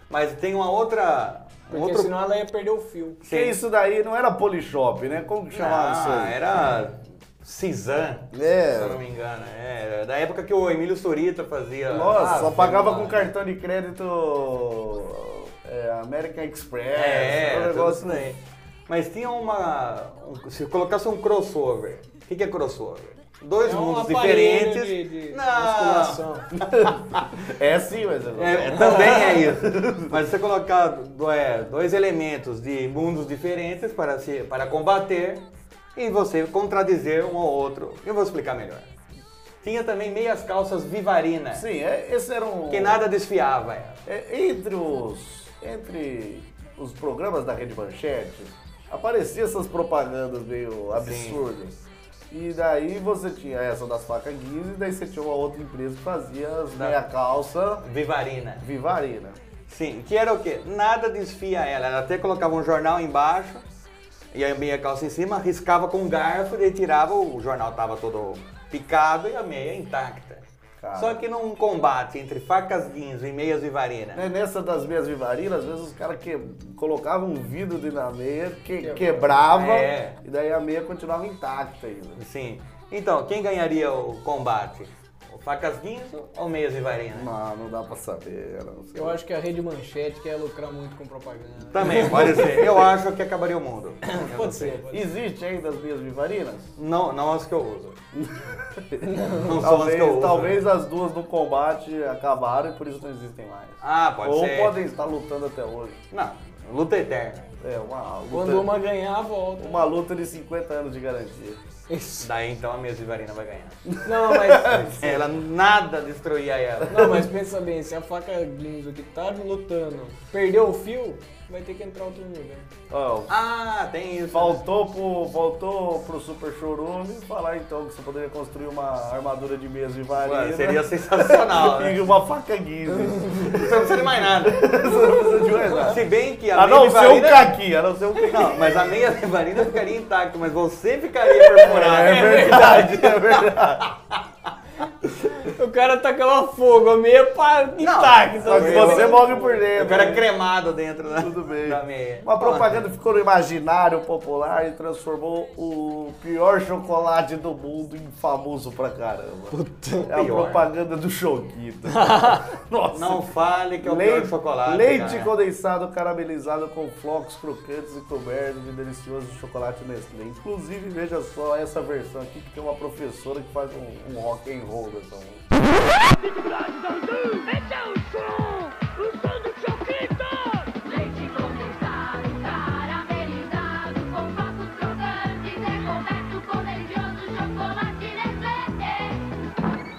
B: Mas tem uma outra. um
D: Porque
B: outro...
D: senão ela ia perder o fio.
C: Porque isso daí não era polishop, né? Como que chamava isso
B: Ah,
C: aí?
B: era. Cisan,
C: É.
B: se eu não me engano. É, era da época que o Emílio Surita fazia.
C: Nossa,
B: Ah,
C: só
B: sei
C: pagava
B: lá.
C: com cartão de crédito é, American Express,
B: É,
C: um
B: é
C: negócio
B: tudo bem. Mas tinha uma. um- se colocasse um crossover. O que, que é crossover? Dois
D: É um
B: mundos
D: aparelho
B: diferentes.
D: De, de
B: não,
D: musculação.
C: É sim, mas eu não-
B: É, também é isso. Mas você colocar do- é, dois elementos de mundos diferentes para, se, para combater e você contradizer um ao outro. Eu vou explicar melhor. Tinha também meias calças vivarina,
C: Sim, é, esse era um...
B: que nada desfiava ela.
C: é, entre, os, entre os programas da Rede Manchete, apareciam essas propagandas meio absurdas. E daí você tinha essa das facas Guiz e daí você tinha uma outra empresa que fazia as meia calça
B: Vivarina.
C: Vivarina.
B: Sim, que era o quê? Nada desfia ela. Ela até colocava um jornal embaixo, e aí meia calça em cima, riscava com um garfo, daí tirava, o jornal tava todo picado e a meia intacta.
C: Cara.
B: Só que num combate entre facas guinzo e meias vivarina,
C: Né, Nessa das meias vivarinas, às vezes os caras que... colocavam um vidro de- na meia, que... quebrava,
B: É.
C: e daí a meia continuava intacta ainda.
B: sim. Então, quem ganharia o combate? O facas guinzo ou meias vivarina?
C: Não, não dá pra saber, não sei.
D: Eu acho que a rede manchete quer lucrar muito com propaganda.
B: Também, pode ser. Eu acho que acabaria o mundo.
D: Pode ser, pode ser.
C: Existe ainda as meias vivarinas?
B: Não, não as que eu uso. Não são as que eu né?
C: Talvez,
B: uso.
C: talvez as duas no combate acabaram e por isso não existem mais.
B: Ah, pode
C: Ou
B: ser.
C: podem estar lutando até hoje.
B: Não, luta eterna.
C: É, uma luta,
D: Quando uma ganhar, volta.
C: uma luta de 50 anos de garantia.
D: Isso.
B: Daí então a minha Zivarina vai ganhar.
D: Não, mas.
B: Ela nada destruía ela.
D: Não, Ah, mas pensa bem, se a faca guinzo que tá lutando perdeu o fio, vai ter que entrar outro mundo. né?
C: Ó,
B: Ah, tem isso.
C: Faltou pro, voltou pro Super Chorume falar então que você poderia construir uma armadura de meias vivarina.
B: Mano, seria sensacional, né?
C: E uma faca guinza.
B: Você não precisa de mais nada.
C: Você não precisa de mais nada.
B: Se bem que a
C: A não
B: meia
C: ser um
B: Zivarina...
C: caqui, a não ser um caqui.
B: Não, mas a meia Zivarina ficaria intacta, mas você ficaria perfurado.
C: É verdade, é verdade.
D: O cara tacava fogo, a meia pá, intacta.
C: Só que você morre por dentro.
B: O cara
C: né?
B: cremado dentro da,
C: Tudo bem.
B: da meia.
C: Uma
B: né?
C: propaganda ficou no imaginário popular e transformou o pior chocolate do mundo em famoso pra caramba. é a
B: Pior.
C: propaganda do Choquito. Nossa.
B: Não fale que é o pior chocolate.
C: leite
B: cara.
C: condensado caramelizado com flocos crocantes e coberto de delicioso chocolate Nestlé. Inclusive, veja só essa versão aqui que tem uma professora que faz um, um rock and roll dessa música.
H: é Leite condensado, caramelizado, com flocos crocantes, é coberto com delicioso chocolate Nestlé.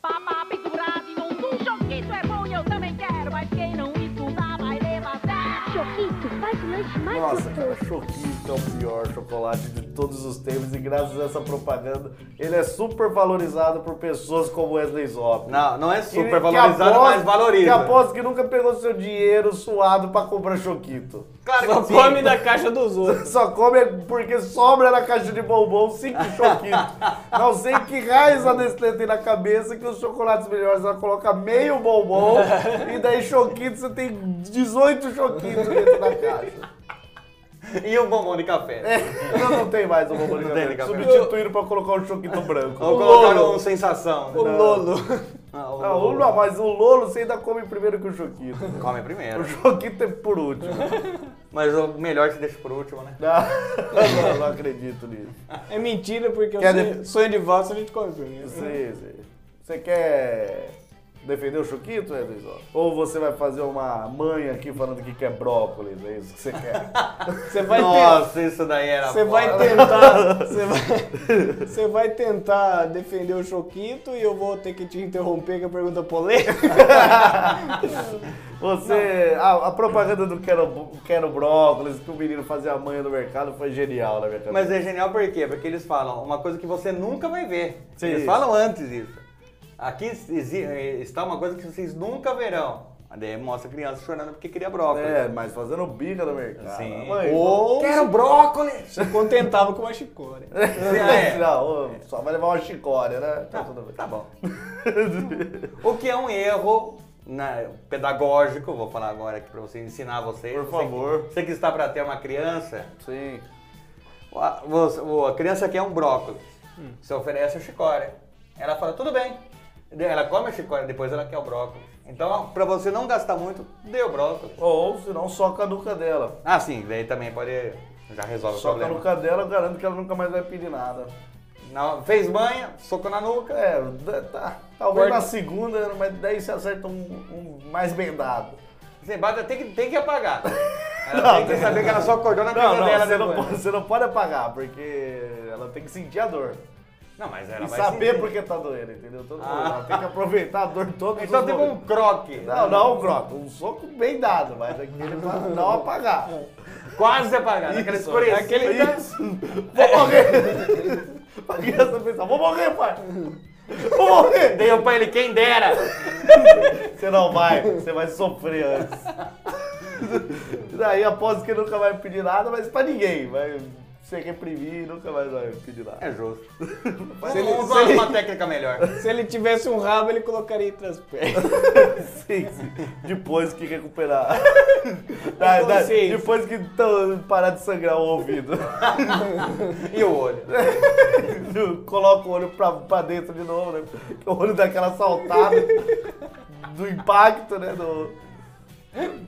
H: Pamá pendurado em um do choquito é bom e eu também quero, mas quem não estudar vai levantar.
G: Choquito, faz o lanche mais
C: Nossa, cara, Choquito é o pior chocolate de todos os tempos e graças a essa propaganda ele é super valorizado por pessoas como Wesley Zop.
B: Não, não é super valorizado, mas valoriza.
C: Que aposto que nunca pegou seu dinheiro suado pra comprar Choquito.
B: Claro que
D: Só
B: sim.
D: come da caixa dos outros.
C: Só come porque sobra na caixa de bombom cinco choquitos. Não sei que raios a Nestlé tem na cabeça que os chocolates melhores ela coloca meio bombom e daí choquito você tem 18 choquitos dentro da caixa.
B: E o bombom de café.
C: É, não, não tem mais o bombom de
B: Não tem de
C: café.
B: café.
C: Substituíram pra colocar um choquito branco.
B: Ou colocaram um sensação.
D: O Lolo.
B: Ah, o
C: Não, o- não, mas o Lolo você ainda come primeiro que o choquito.
B: Come
C: O
B: primeiro.
C: choquito é por último.
B: Mas o melhor se deixa por último, né?
C: Não, não, não acredito nisso.
D: É mentira, porque o
C: Quer
D: sonho,
C: de-
D: sonho de valsa a gente come primeiro.
C: Sim, sim. Você quer defender o Chuquito, Edson? Ou você vai fazer uma manha aqui falando que quer brócolis? É isso que você quer?
D: Você vai ter.
B: Nossa, isso daí era
D: Você
B: foda.
D: vai tentar. Você vai, você vai tentar defender o Choquito e eu vou ter que te interromper com a pergunta polêmica.
C: Você. A, a propaganda do quero, quero brócolis que o menino fazia a manha no mercado foi genial na minha cabeça.
B: Mas é genial por quê? Porque eles falam uma coisa que você nunca vai ver.
C: Sim.
B: Eles falam antes isso. Aqui exi- eh, está uma coisa que vocês nunca verão. Daí mostra a criança chorando porque queria brócolis.
C: É, mas fazendo bica no mercado. né,
B: Sim.
C: Mãe,
D: Ou
B: Quero brócolis!
D: se contentava com uma chicória.
B: É.
C: Não, só vai levar uma chicória, né? Tá tudo bem.
B: Tá bom. O que é um erro né, pedagógico, vou falar agora aqui pra você ensinar vocês.
C: Por
B: Você-
C: favor.
B: Você que está pra ter uma criança,
C: Sim.
B: a, você- a criança quer um brócolis.
C: Hum.
B: Você oferece a chicória. Ela fala, tudo bem. Ela come a chicória, depois ela quer o brócolis. Então, pra você não gastar muito, dê o brócolis.
C: Ou se não, soca a nuca dela.
B: Ah, sim, daí também pode. Já resolve o
C: Soca a
B: problema.
C: nuca dela, eu garanto que ela nunca mais vai pedir nada.
B: Não, fez banha, soco na nuca.
C: É, da- tá, talvez
D: Corta.
C: na segunda, mas daí você acerta um, um mais bendado.
B: Você bate, tem que, tem que apagar. É, Ela tem que saber que ela só acordou na
C: Não,
B: casa
C: não,
B: dela
C: você, não
B: depois.
C: pode, você não pode apagar, porque ela tem que sentir a dor.
B: Não, mas ela
C: e
B: vai
C: saber
B: sentir.
C: por que tá doendo, entendeu? Todo
B: Ah.
C: Ela tem que aproveitar a dor toda.
B: Então teve um croque.
C: Não, não, Grota, um soco bem dado, mas aquele pra não apagar.
B: Quase apagado. É Aquela assim, né?
C: Isso, é Aquele...
B: escurecida.
C: Isso. Vou morrer. pra criança pensar, vou morrer, pai. Vou morrer.
B: Dei pra ele, quem dera!
C: Você não vai, você vai sofrer antes. Daí aposto que nunca vai pedir nada, mas pra ninguém. Vai se reprimir e nunca mais vai pedir nada.
B: É justo.
C: Mas
D: ele-
B: Vamos
D: se
B: usar
D: ele-
B: uma técnica melhor.
D: Se ele tivesse um rabo, ele colocaria entre as pernas.
C: sim, sim. Depois que recuperar. Da- da-
D: consciência.
C: depois que tão, parar de sangrar o ouvido.
B: E o olho?
C: Coloca o olho pra, pra dentro de novo, né? O olho daquela saltada do impacto, né? Do,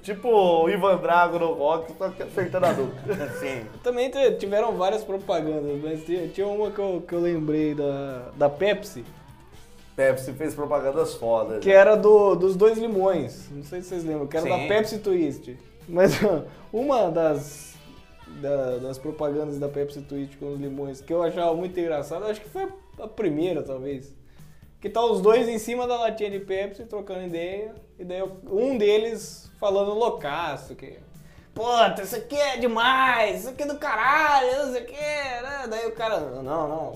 C: tipo o Ivan Drago no rock, só que acertando a nuca.
B: Sim.
D: Também te- tiveram várias propagandas, mas tinha, tinha uma que eu, que eu lembrei da, da Pepsi,
C: Pepsi fez propagandas fodas.
D: que era do, dos dois limões. Não sei se vocês lembram, que era
B: Sim.
D: da Pepsi Twist. Mas uma das, da- das propagandas da Pepsi Twist com os limões que eu achava muito engraçada, acho que foi a primeira, talvez. Que tá os dois em cima da latinha de Pepsi trocando ideia, e daí um deles falando loucaço, que. Puta, isso aqui é demais, isso aqui é do caralho, isso aqui é. né?" Daí o cara, não, não.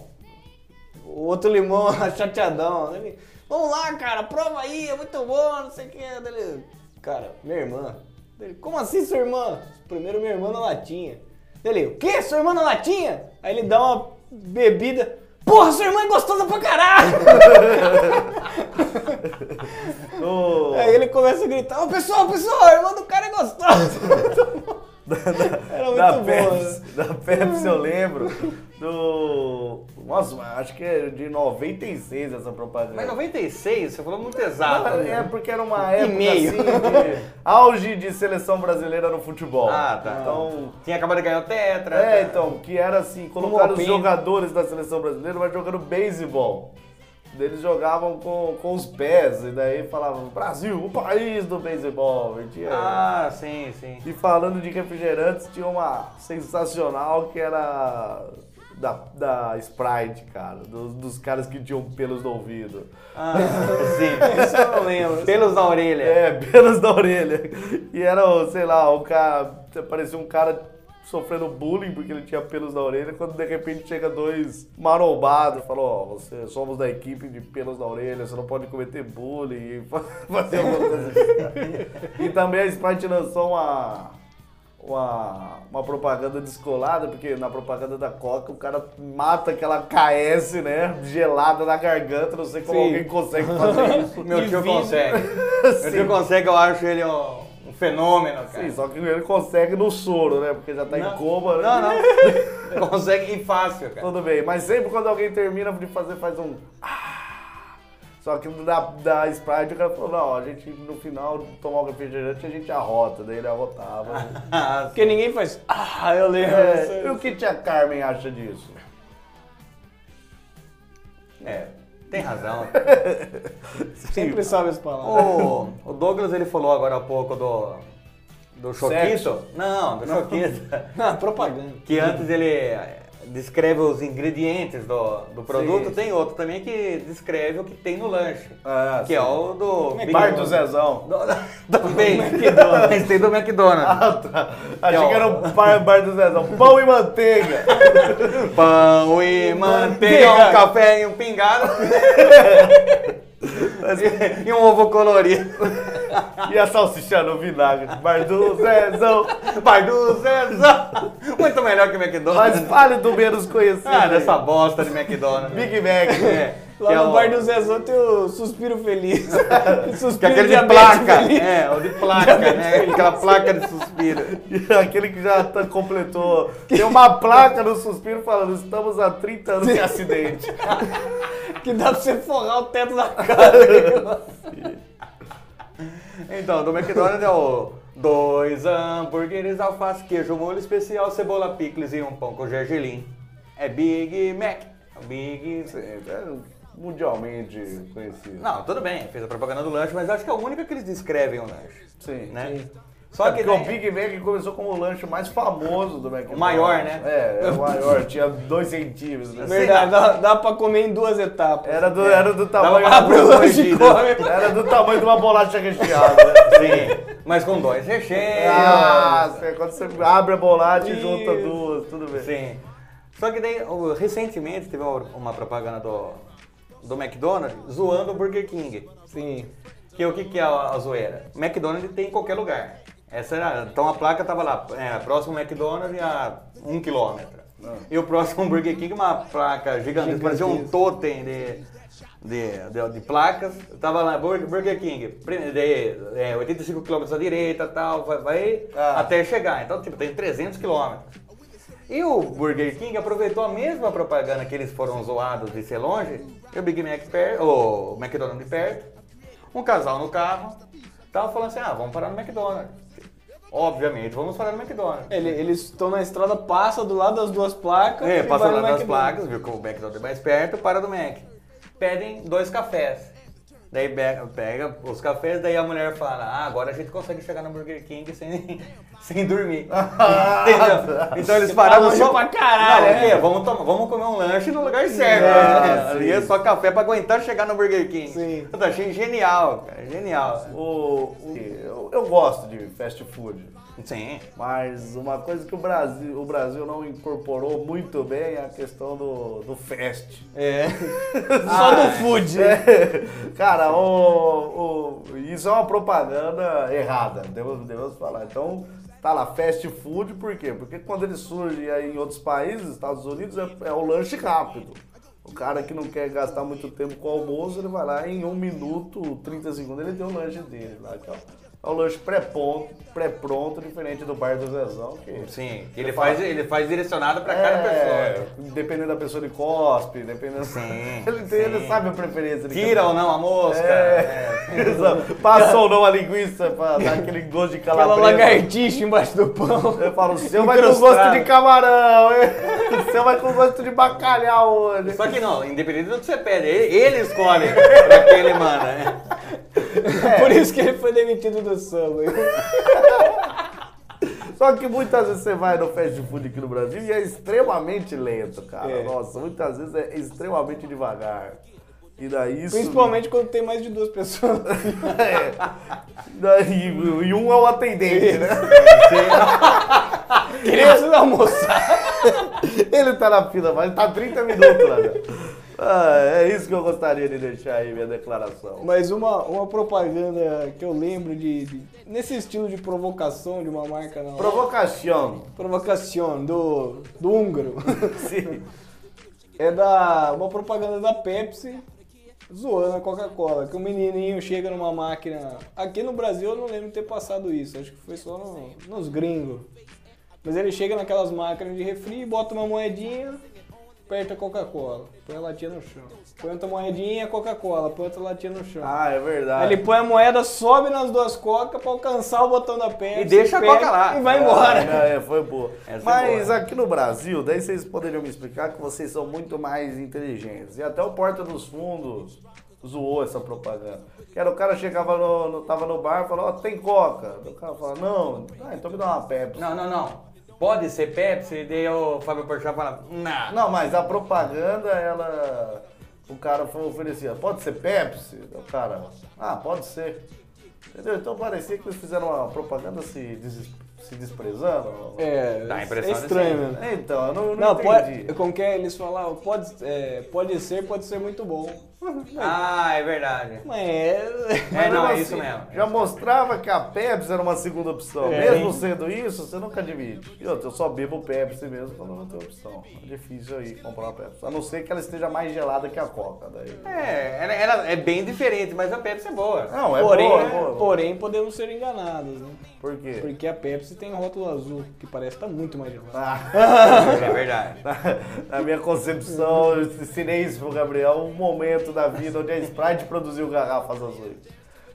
D: O outro limão chateadão. né? Ele, Vamos lá, cara, prova aí, é muito bom, não sei o que. Ele, cara, minha irmã. Ele, como assim sua irmã? Primeiro minha irmã na latinha. Ele, o quê? Sua irmã na latinha? Aí ele dá uma bebida. Porra, sua irmã é gostosa pra caralho!
C: No-
D: Aí ele começa a gritar, ô pessoal, pessoal, a irmã do cara é gostosa. Era muito
C: da
D: bom.
C: Pepsi,
D: né?
C: da Pepsi eu lembro. Do. Nossa, acho que é de 96 essa propaganda.
B: Mas 96, você falou muito
C: Não,
B: exato.
C: é
B: né?
C: porque era uma época
D: meio.
C: assim de auge de seleção brasileira no futebol.
B: Ah, tá.
C: Então.
B: Tinha acabado de ganhar o Tetra.
C: É, então, que era assim, colocaram os
D: Mopinho.
C: jogadores da seleção brasileira, mas jogando beisebol. Eles jogavam com, com os pés, e daí falavam, Brasil, o país do beisebol. E tinha-
B: Ah, sim, sim.
C: e falando de refrigerantes, tinha uma sensacional que era da, da Sprite, cara. Dos, dos caras que tinham pelos no ouvido.
B: Ah, sim. Isso eu não lembro. Pelos na orelha.
C: É, pelos na orelha. E era, o, sei lá, o cara. Parecia um cara sofrendo bullying porque ele tinha pelos na orelha. Quando de repente chega dois marombados e falam: Ó, você somos da equipe de pelos na orelha, você não pode cometer bullying. e fa- Fazer alguma coisa desse cara. E também a Sprite lançou uma. Uma, uma propaganda descolada, porque na propaganda da Coca o cara mata aquela KS, né? Gelada na garganta, não sei como
D: Sim.
C: alguém consegue fazer isso.
B: Meu tio
D: Divino.
B: consegue. Meu tio consegue, eu acho ele um, um fenômeno, cara.
C: Sim, só que ele consegue no soro, né? Porque já tá em coma, né?
B: Não, não. consegue e fácil, cara.
C: Tudo bem, mas sempre quando alguém termina de fazer, faz um. "Ah". Só que da, da Sprite o cara falou: não, a gente no final tomar o refrigerante a gente arrota, daí ele arrotava.
B: Ah,
D: Porque ninguém faz. Ah, eu lembro.
C: É, e
D: dessa-
C: o que tia Carmen acha disso?
B: é, tem razão.
D: Sempre sabe as palavras.
B: O, o Douglas, ele falou agora há pouco do... Do Choquito? Não, do Choquito.
D: Ah, propaganda.
B: Que antes ele eh, descreve os ingredientes do, do produto.
C: Sim.
B: Tem outro também que descreve o que tem no lanche.
C: Ah,
B: que
C: sim.
B: é o do... Big
C: Bar do
B: Mac.
C: Zezão.
B: Do- Também. Mas tem do McDonald's.
C: Ah, tá. Achei que era o bar, bar do Zezão. Pão e manteiga.
B: Pão e manteiga, um
D: Manteiga.
B: café e um pingado. e um ovo colorido.
C: E a salsicha no vinagre. Bar do Zezão.
B: Pai do Zezão. Muito melhor que o McDonald's.
C: Mas fale do menos conhecido.
B: Ah, dessa
C: aí.
B: bosta de McDonald's.
C: Big Mac.
B: É,
D: Lá
B: que é
D: no
B: o-
D: bar do Zezão tem o um suspiro feliz. suspiro
B: Que é aquele de
D: diabetes
B: placa.
D: feliz.
B: É, o de placa, né? Aquela placa de suspiro.
C: E Aquele que já tá- completou. Tem uma placa no suspiro falando: estamos há 30 anos de acidente.
D: Que dá pra você forrar o teto da casa.
B: Então, do McDonald's é o dois hambúrgueres, alface, queijo, molho especial, cebola, picles e um pão com gergelim. É Big Mac. Big...
C: É Mundialmente conhecido.
B: Não, tudo bem, fez a propaganda do lanche, mas acho que é a única que eles descrevem o lanche,
C: Sim.
B: né?
C: Só
B: Só
C: que
B: que
C: porque é o
B: né,
C: Big Mac começou como o lanche mais famoso do McDonald's.
B: O maior, né?
C: É, é o maior. Tinha dois centímetros. né?
D: Verdade, dá, dá pra comer em duas etapas.
C: Era do, era do tamanho.
B: Dava pra abrir o lanche e
D: come.
C: né? Era do tamanho de uma bolacha recheada. né?
B: sim, mas com dois recheios.
C: Ah, você- quando você abre a bolacha e junta
D: Isso.
C: duas, tudo bem.
B: Sim. Só que daí, o- recentemente, teve uma, uma propaganda do, do McDonald's zoando o Burger King.
D: Sim.
B: Que o que, que é a, a zoeira? McDonald's tem em qualquer lugar. Essa era, então a placa tava lá, é, próximo McDonald's a um quilômetro. E o próximo Burger King, uma placa gigantesca, parecia um totem de, de, de, de placas. Tava lá, Bur- Burger King, prime- de, é, 85 quilômetros à direita tal, vai, vai
C: Ah.
B: até chegar. Então, tipo, tem 300 quilômetros. E o Burger King aproveitou a mesma propaganda que eles foram zoados de ser longe, e o Big Mac perto, o McDonald's de perto, um casal no carro, tava falando assim, ah, vamos parar no McDonald's. Obviamente, vamos parar no McDonald's.
D: Ele- eles estão na estrada, passa do lado das duas placas.
B: É,
D: e
B: passou
D: vai
B: lá
D: no
B: das
D: McDonald's.
B: placas, viu que o McDonald's é mais perto, para do Mac. Pedem dois cafés. Daí pega, pega os cafés, daí a mulher fala, ah, agora a gente consegue chegar no Burger King sem, sem dormir. Entendeu? Então eles
D: Você
B: pararam
D: tá longe
B: só...
D: pra caralho,
B: Não, é,
D: né?
B: vamos, tomar- vamos comer um lanche no lugar certo.
C: Ah,
B: né?
C: sim.
B: Ali é só café pra aguentar chegar no Burger King.
D: Sim.
B: Eu achei genial, cara, genial.
C: O, o- eu, eu gosto de fast food.
B: Sim.
C: Mas uma coisa que o Brasil, o Brasil não incorporou muito bem é a questão do, do fest.
D: É. Só do food.
C: É, cara, o, o- isso é uma propaganda errada, devemos, devemos falar. Então, tá lá, fast food, por quê? Porque quando ele surge aí em outros países, Estados Unidos, é, é o lanche rápido. O cara que não quer gastar muito tempo com o almoço, ele vai lá em 1 minuto, 30 segundos, ele tem o lanche dele lá. Que é, o- é o lanche pré-ponto- pré-pronto, diferente do bar do Zezão, que
B: Sim, que ele faz, ele faz direcionado pra cada
C: é,
B: pessoa.
C: Dependendo da pessoa, ele cospe, dependendo.
B: Sim,
C: ele, tem- ele
B: sim.
C: sabe a preferência. Ele
B: Tira ou não a mosca.
C: É. Exato. Passa ou não a linguiça pra dar aquele gosto de
D: Aquela
C: calabresa.
D: lagartixa embaixo do pão.
C: Eu falo, o seu vai com
D: Encrustada.
C: gosto de camarão, hein? O seu vai com gosto de bacalhau hoje.
B: Só que não, independente do que você pede, ele, ele escolhe pra quem ele manda. né? É.
D: Por isso que ele foi demitido do samba.
C: Só que muitas vezes você vai no fast food aqui no Brasil e é extremamente lento, cara.
D: É.
C: Nossa, muitas vezes é extremamente devagar. E daí isso.
D: Principalmente quando tem mais de duas pessoas.
C: É. Daí, e um é o atendente, né?
D: Ele precisa almoçar.
C: Ele tá na fila, mas tá 30 minutos lá. né? Ah, é isso que eu gostaria de deixar aí, minha declaração.
D: Mas uma, uma propaganda que eu lembro de, de- Nesse estilo de provocação de uma marca não.
C: Provocação.
D: provocação do, do húngaro.
C: Sim.
D: é da uma propaganda da Pepsi zoando a Coca-Cola, que o menininho chega numa máquina. Aqui no Brasil eu não lembro de ter passado isso, acho que foi só no- nos gringos. Mas ele chega naquelas máquinas de refri, bota uma moedinha, aperta a Coca-Cola, põe a latinha no chão. Põe outra moedinha, Coca-Cola, põe outra latinha no chão.
C: Ah, é
D: Aí
C: verdade.
D: Ele põe a moeda, sobe nas duas cocas pra alcançar o botão da Pepsi.
B: E deixa a
D: pega
B: Coca lá. né?
D: E vai embora.
C: Ah, é, foi boa.
B: Essa foi
C: Mas
B: boa.
C: aqui no Brasil, daí vocês poderiam me explicar que vocês são muito mais inteligentes. E até o Porta dos Fundos zoou essa propaganda. Que era o cara chegava no, no- tava no bar e falava, ó, tem coca. O cara falava, não, ah, então me dá uma Pepsi.
B: Não, não, não. Pode ser Pepsi, daí o Fábio Porchat fala, não.
C: Não, mas a propaganda, ela. O cara foi oferecer, pode ser Pepsi? O cara, ah, pode ser. Entendeu? Então parecia que eles fizeram uma propaganda se, des- se desprezando.
D: É,
B: Dá a
D: é
B: impressão
D: estranho
B: desse-
D: mesmo.
C: Então, eu não, não,
D: Não,
C: entendi.
D: pode, como que é, eles falavam, pode, é, pode ser, pode ser muito bom.
B: Ah, é verdade.
D: Mas é...
B: É, não, é
C: Mas,
B: isso mesmo.
C: Já mostrava que a Pepsi era uma segunda opção.
D: É,
C: mesmo
D: hein?
C: sendo isso, você nunca admite. E outra, eu só bebo Pepsi mesmo quando não tem opção. É difícil aí comprar uma Pepsi. A não ser que ela esteja mais gelada que a Coca. Daí.
B: É, ela, ela é bem diferente, mas a Pepsi é boa.
C: Não, é
D: porém,
C: boa, é boa.
D: porém, podemos ser enganados, né?
C: Por quê?
D: Porque a Pepsi tem um rótulo azul, que parece que tá muito mais gelado.
C: Ah.
B: É verdade.
C: Na minha concepção, eu ensinei isso pro Gabriel, um momento da vida onde a Sprite produziu garrafas azuis.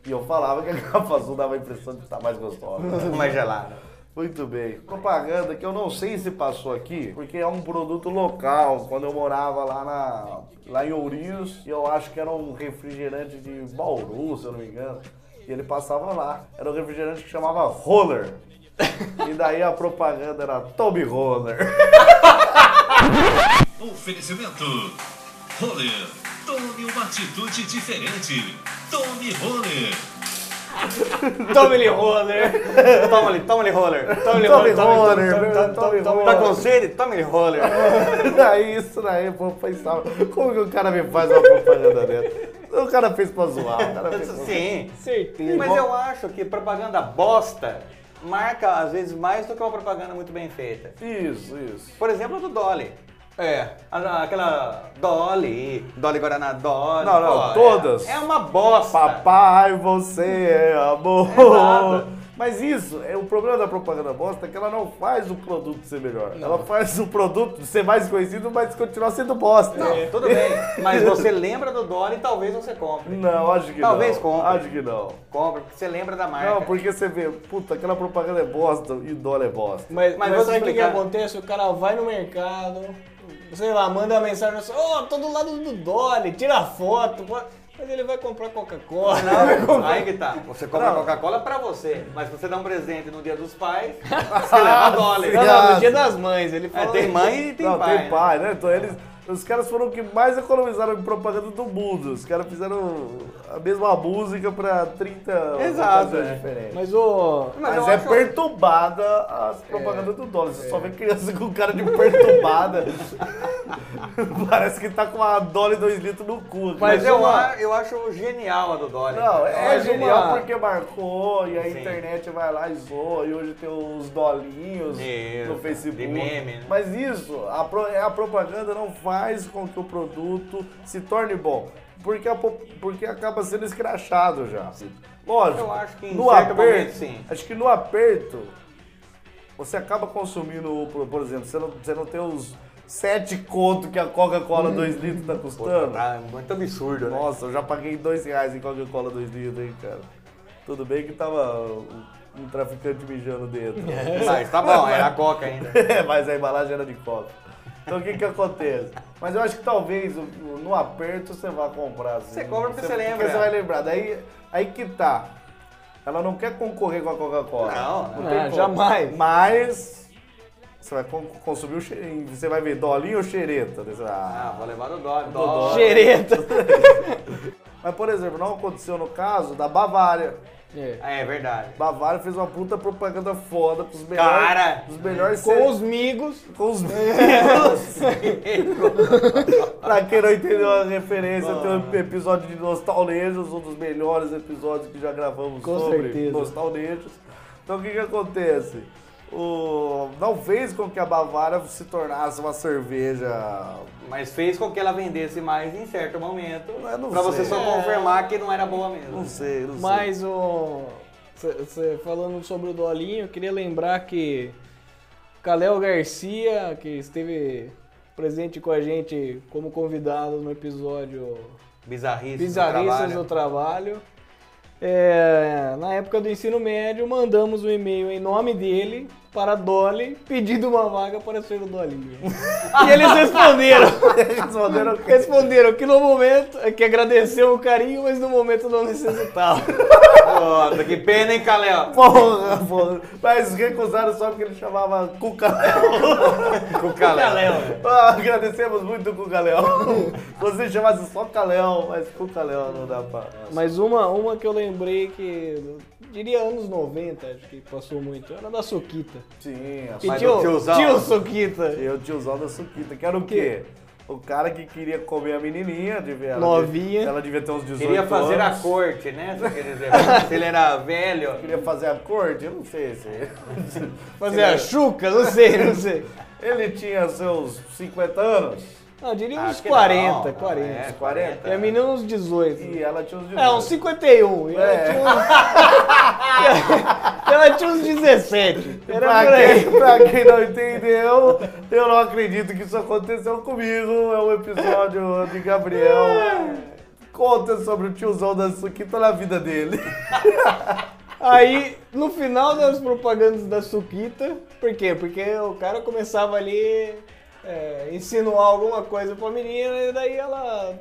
C: E eu falava que a garrafa azul dava a impressão de estar mais gostosa.
B: Uma gelada.
C: Muito bem. Propaganda que eu não sei se passou aqui, porque é um produto local. Quando eu morava lá, na, lá em Ourinhos, e eu acho que era um refrigerante de Bauru, se eu não me engano. E ele passava lá. Era um refrigerante que chamava Roller. E daí a propaganda era Tommy Roller.
I: Oferecimento: Roller. Tome uma atitude diferente. Tome Roller.
B: Tommy Roller. Tommy Tommy Roller.
C: Tommy
B: Tommy Roller. Tommy-
C: Roller,
B: Tommy-
C: verdade,
B: Tommy-
C: Tommy
B: Tommy- Tá
C: Roller.
B: com sede? Tommy Roller.
C: Daí isso daí, o povo pensava, como que o cara me faz uma propaganda dessa? O cara fez pra zoar, o cara fez pra zoar.
B: Sim.
D: Certeza.
B: Mas eu acho que propaganda bosta marca às vezes mais do que uma propaganda muito bem feita.
C: Isso, isso.
B: Por exemplo, a do Dolly.
D: É.
B: A- Aquela Dolly, Dolly Guaraná Dolly.
C: Não, não,
B: é-
C: todas.
B: É, uma bosta.
C: Papai, você é amor.
B: Exato.
C: Mas isso, é o problema da propaganda bosta é que ela não faz o produto ser melhor. Ela faz o produto ser mais conhecido, mas continuar sendo bosta. É.
B: Não, tudo bem. Mas você lembra do Dolly e talvez você compre.
C: Não, acho que
B: Talvez
C: não.
B: compre.
C: Acho que não.
B: Compre, porque você lembra da marca.
C: Não, porque você vê, puta, aquela propaganda é bosta e dólar é bosta.
D: Mas,
B: Mas
D: mas,
B: vou te
D: sabe o que, que
B: explicar.
D: acontece? O cara vai no mercado, sei lá, manda uma mensagem assim, ô, tô do lado do Dolly, tira foto. pô." Mas ele vai comprar Coca-Cola.
B: Não, aí que tá. Você compra
C: Não.
B: Coca-Cola pra você, mas se você dá um presente no dia dos pais, você leva dólar.
D: Não,
C: Ah,
D: não, no dia das mães. Ele
B: É,
D: falou.
B: tem mãe e tem
C: não,
B: pai.
C: tem
B: né?
C: pai, né? Então eles. Os caras foram os que mais economizaram em propaganda do mundo. Os caras fizeram a mesma música pra 30
B: Exato,
C: ocasiões
B: é.
C: diferentes.
D: Mas ô.
C: Mas,
B: eu É.
C: é
B: acho-
C: perturbada as propagandas do dólar. Você só vê criança com cara de perturbada. Parece que tá com a dólar e dois litros no cu.
B: Mas
C: Mas
B: eu,
D: uma-
B: a- eu acho genial a do Dolly.
C: Não, é
D: Mas
C: genial
D: uma-
C: porque marcou e a
B: Sim.
C: internet vai lá e zoa. E hoje tem os dolinhos
B: Isso,
C: no Facebook.
B: de meme, né?
C: Mas isso, a, pro- é a propaganda não faz com que o produto se torne bom. Porque, a po- porque acaba sendo escrachado já. Lógico.
B: Eu acho que em
C: no
B: certo
C: aperto,
B: momento, sim.
C: Acho que no aperto, você acaba consumindo, por, por exemplo, você não, você não tem os sete conto que a Coca-Cola 2 litros tá custando.
B: Tá muito absurdo, né?
C: Nossa, eu já paguei dois reais em Coca-Cola dois litros, hein, cara. Tudo bem que tava um, um traficante mijando dentro.
B: Mas tá bom, era a Coca ainda.
C: Mas a embalagem era de Coca. Então o que que acontece? Mas eu acho que talvez o- o- no aperto você vá comprar. assim.
B: Você compra porque você lembra.
C: Porque você vai lembrar. Daí aí que tá. Ela não quer concorrer com a Coca-Cola.
B: Não, não.
C: tem
D: Ah,
C: como.
D: jamais.
C: Mas você vai con- consumir o cheirinho. Você vai ver dolinho ou xereta? Daí você vai, ah,
B: Ah, vou levar do Dolly. Dolly.
D: Xereta.
C: Mas, por exemplo, não aconteceu no caso da Bavária.
D: É.
B: É verdade.
C: Bavária fez uma puta propaganda foda pros melhores.
B: Cara!
C: Os melhores
D: Com os migos.
C: com os Pra quem não entendeu a referência, tem um episódio de Nostalnejos, um dos melhores episódios que já gravamos
D: Com
C: sobre
D: certeza.
C: Nostalnejos. Então o que que acontece? O... Não fez com que a Bavária se tornasse uma cerveja.
B: Mas fez com que ela vendesse mais em certo momento.
C: Eu não
B: pra você
C: sei.
B: só confirmar que não era boa
C: Não
B: mesmo.
C: sei, não sei.
D: Mas o. Você falando sobre o Dolinho, eu queria lembrar que Caléo Garcia, que esteve presente com a gente como convidado no episódio
B: Bizarrice. do
D: Bizarrices
B: trabalho.
D: do Trabalho. É, na época do ensino médio, mandamos um e-mail em nome dele para Dolly pedindo uma vaga para ser o Dolinho. e eles responderam.
C: Eles mandaram o quê?
D: Responderam que no momento, é que agradeceu o carinho, mas no momento não necessitava.
B: Puta, que pena, hein, Caléo?
C: Porra, porra. Mas recusaram só porque ele chamava Cuca
B: Com o Caléo.
C: Ah, agradecemos muito o Cuca Leão. Se você chamasse só Caleão, mas Cuca Leão não dá pra.
D: Mas uma, uma que eu lembrei que, eu diria anos 90, acho que passou muito, era da Suquita.
C: Sim, rapaz.
B: Mas
D: Tio,
B: o tiozão-
D: tio Suquita,
C: Eu, tiozão da Suquita, que era o quê? O cara que queria comer a menininha, devia, ela
D: Novinha.
C: devia- Ela devia ter uns 18
B: Queria fazer
C: anos.
B: a corte, né? Você quer dizer, se ele era velho.
C: Queria fazer a corte? Eu não sei se.
D: fazer a chuca, não sei, não sei.
C: Ele tinha seus 50 anos
D: Não, eu diria uns
B: Acho Ah, que
D: 40,
B: não,
D: 40.
B: É,
C: 40.
D: E a menina uns 18.
C: e ela tinha uns 18.
D: É, uns 51. E
B: É.
D: ela, tinha uns... e ela tinha uns 17. Era por
C: Pra
D: aí.
C: quem, pra quem não entendeu, eu não acredito que isso aconteceu comigo. É um episódio de Gabriel. Conta sobre o tiozão da Suquita na vida dele.
D: Aí, no final das propagandas da Suquita, por quê? Porque o cara começava ali é, insinuar alguma coisa pra menina e daí ela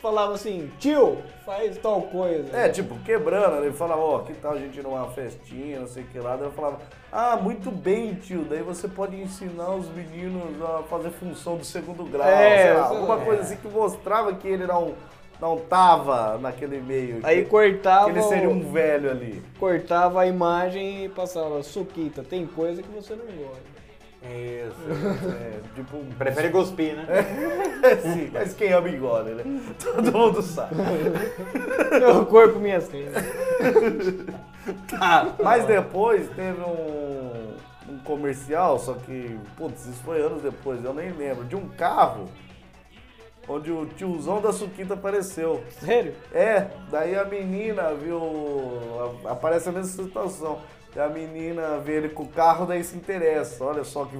D: falava assim, tio, faz tal coisa.
C: É, tipo, quebrando. Ele falava, ó, que tal a gente ir numa festinha, não sei o que lá. Daí eu falava, ah, muito bem, tio. Daí você pode ensinar os meninos a fazer função do segundo grau.
D: É,
C: sei lá,
D: sei lá.
C: é. alguma coisa assim que mostrava que ele era um, não tava naquele meio. tipo,
D: Aí
C: que,
D: cortava.
C: que ele seria
D: o-
C: um velho ali.
D: cortava a imagem e passava, Suquita, tem coisa que você não gosta.
B: Isso.
C: É, tipo,
B: Prefere cuspir, né?
D: É.
C: É sim, mas quem ama engole, né? Todo mundo sabe.
D: Meu corpo, minhas teias.
B: Ah,
C: Mas depois teve um, um comercial, só que, putz, isso foi anos depois, eu nem lembro, de um carro onde o tiozão da Suquita apareceu.
D: Sério?
C: É, daí a menina viu. a- Aparece a mesma situação. E a menina vê ele com o carro, daí se interessa. Olha só que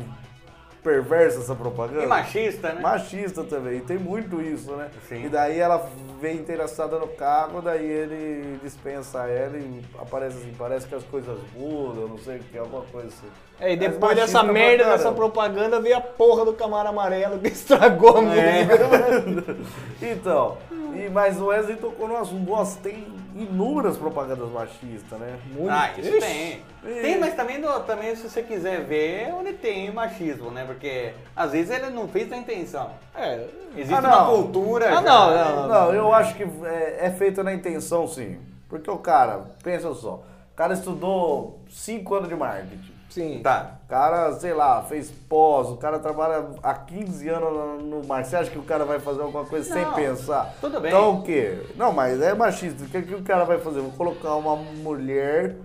C: perversa essa propaganda.
B: E machista, né?
C: Machista também, e tem muito isso, né?
B: Sim.
C: E daí ela vem interessada no carro, daí ele dispensa ela e aparece assim, parece que as coisas mudam, não sei o que, alguma coisa assim.
D: É, e
C: Mas
D: depois dessa
C: machista pra
D: merda,
C: caramba.
D: dessa propaganda, veio a porra do camaro amarelo que estragou a
C: É.
D: música.
C: Então, e, mas o Wesley tocou no assunto. Nossa, tem inúmeras propagandas machistas, né?
D: Muito.
B: Ah, isso
D: Ixi.
B: tem. Tem, mas também, do- também se você quiser ver é onde tem machismo, né? Porque às vezes ele não fez na intenção.
D: É.
B: Existe
C: Ah,
B: uma
C: não.
B: cultura.
D: Ah,
B: já,
D: não,
B: né?
D: não,
C: Não, eu acho que é, é feito na intenção, sim. Porque o cara, pensa só, o cara estudou cinco anos de marketing.
D: Sim.
B: Tá.
C: O cara, sei lá, fez pós, o cara trabalha há 15 anos no mar. Você acha que o cara vai fazer alguma coisa
B: Não,
C: sem pensar?
B: tudo bem.
C: Então o quê? Não, mas é machista. O que, que o cara vai fazer? Vou colocar uma mulher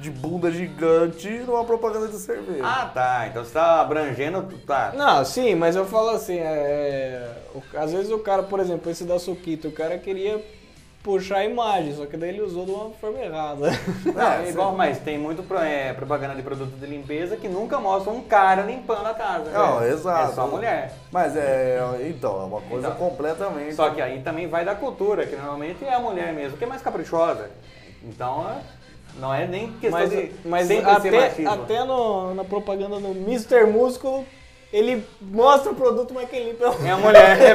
C: de bunda gigante numa propaganda de cerveja.
B: Ah, tá. Então você tá abrangendo. tu- Tá.
D: Não, sim, mas eu falo assim, é, o- às vezes o cara, por exemplo, esse da Suquita, o cara queria puxar a imagem, só que daí ele usou de uma forma errada.
B: Não,
C: É,
B: é igual, mas tem muito pro- é, propaganda de produto de limpeza que nunca mostra um cara limpando a casa.
C: Não,
B: né?
C: exato.
B: É só mulher.
C: Mas é. Então, é uma coisa
B: Então.
C: completamente.
B: Só que aí também vai da cultura, que normalmente é a mulher mesmo, que é mais caprichosa. Então é- não é nem questão
D: Mas,
B: de
D: mas
B: sempre ser
D: até,
B: machismo.
D: até no- na propaganda do Mr. Músculo, ele mostra o produto, mas quem limpa
B: É a mulher, é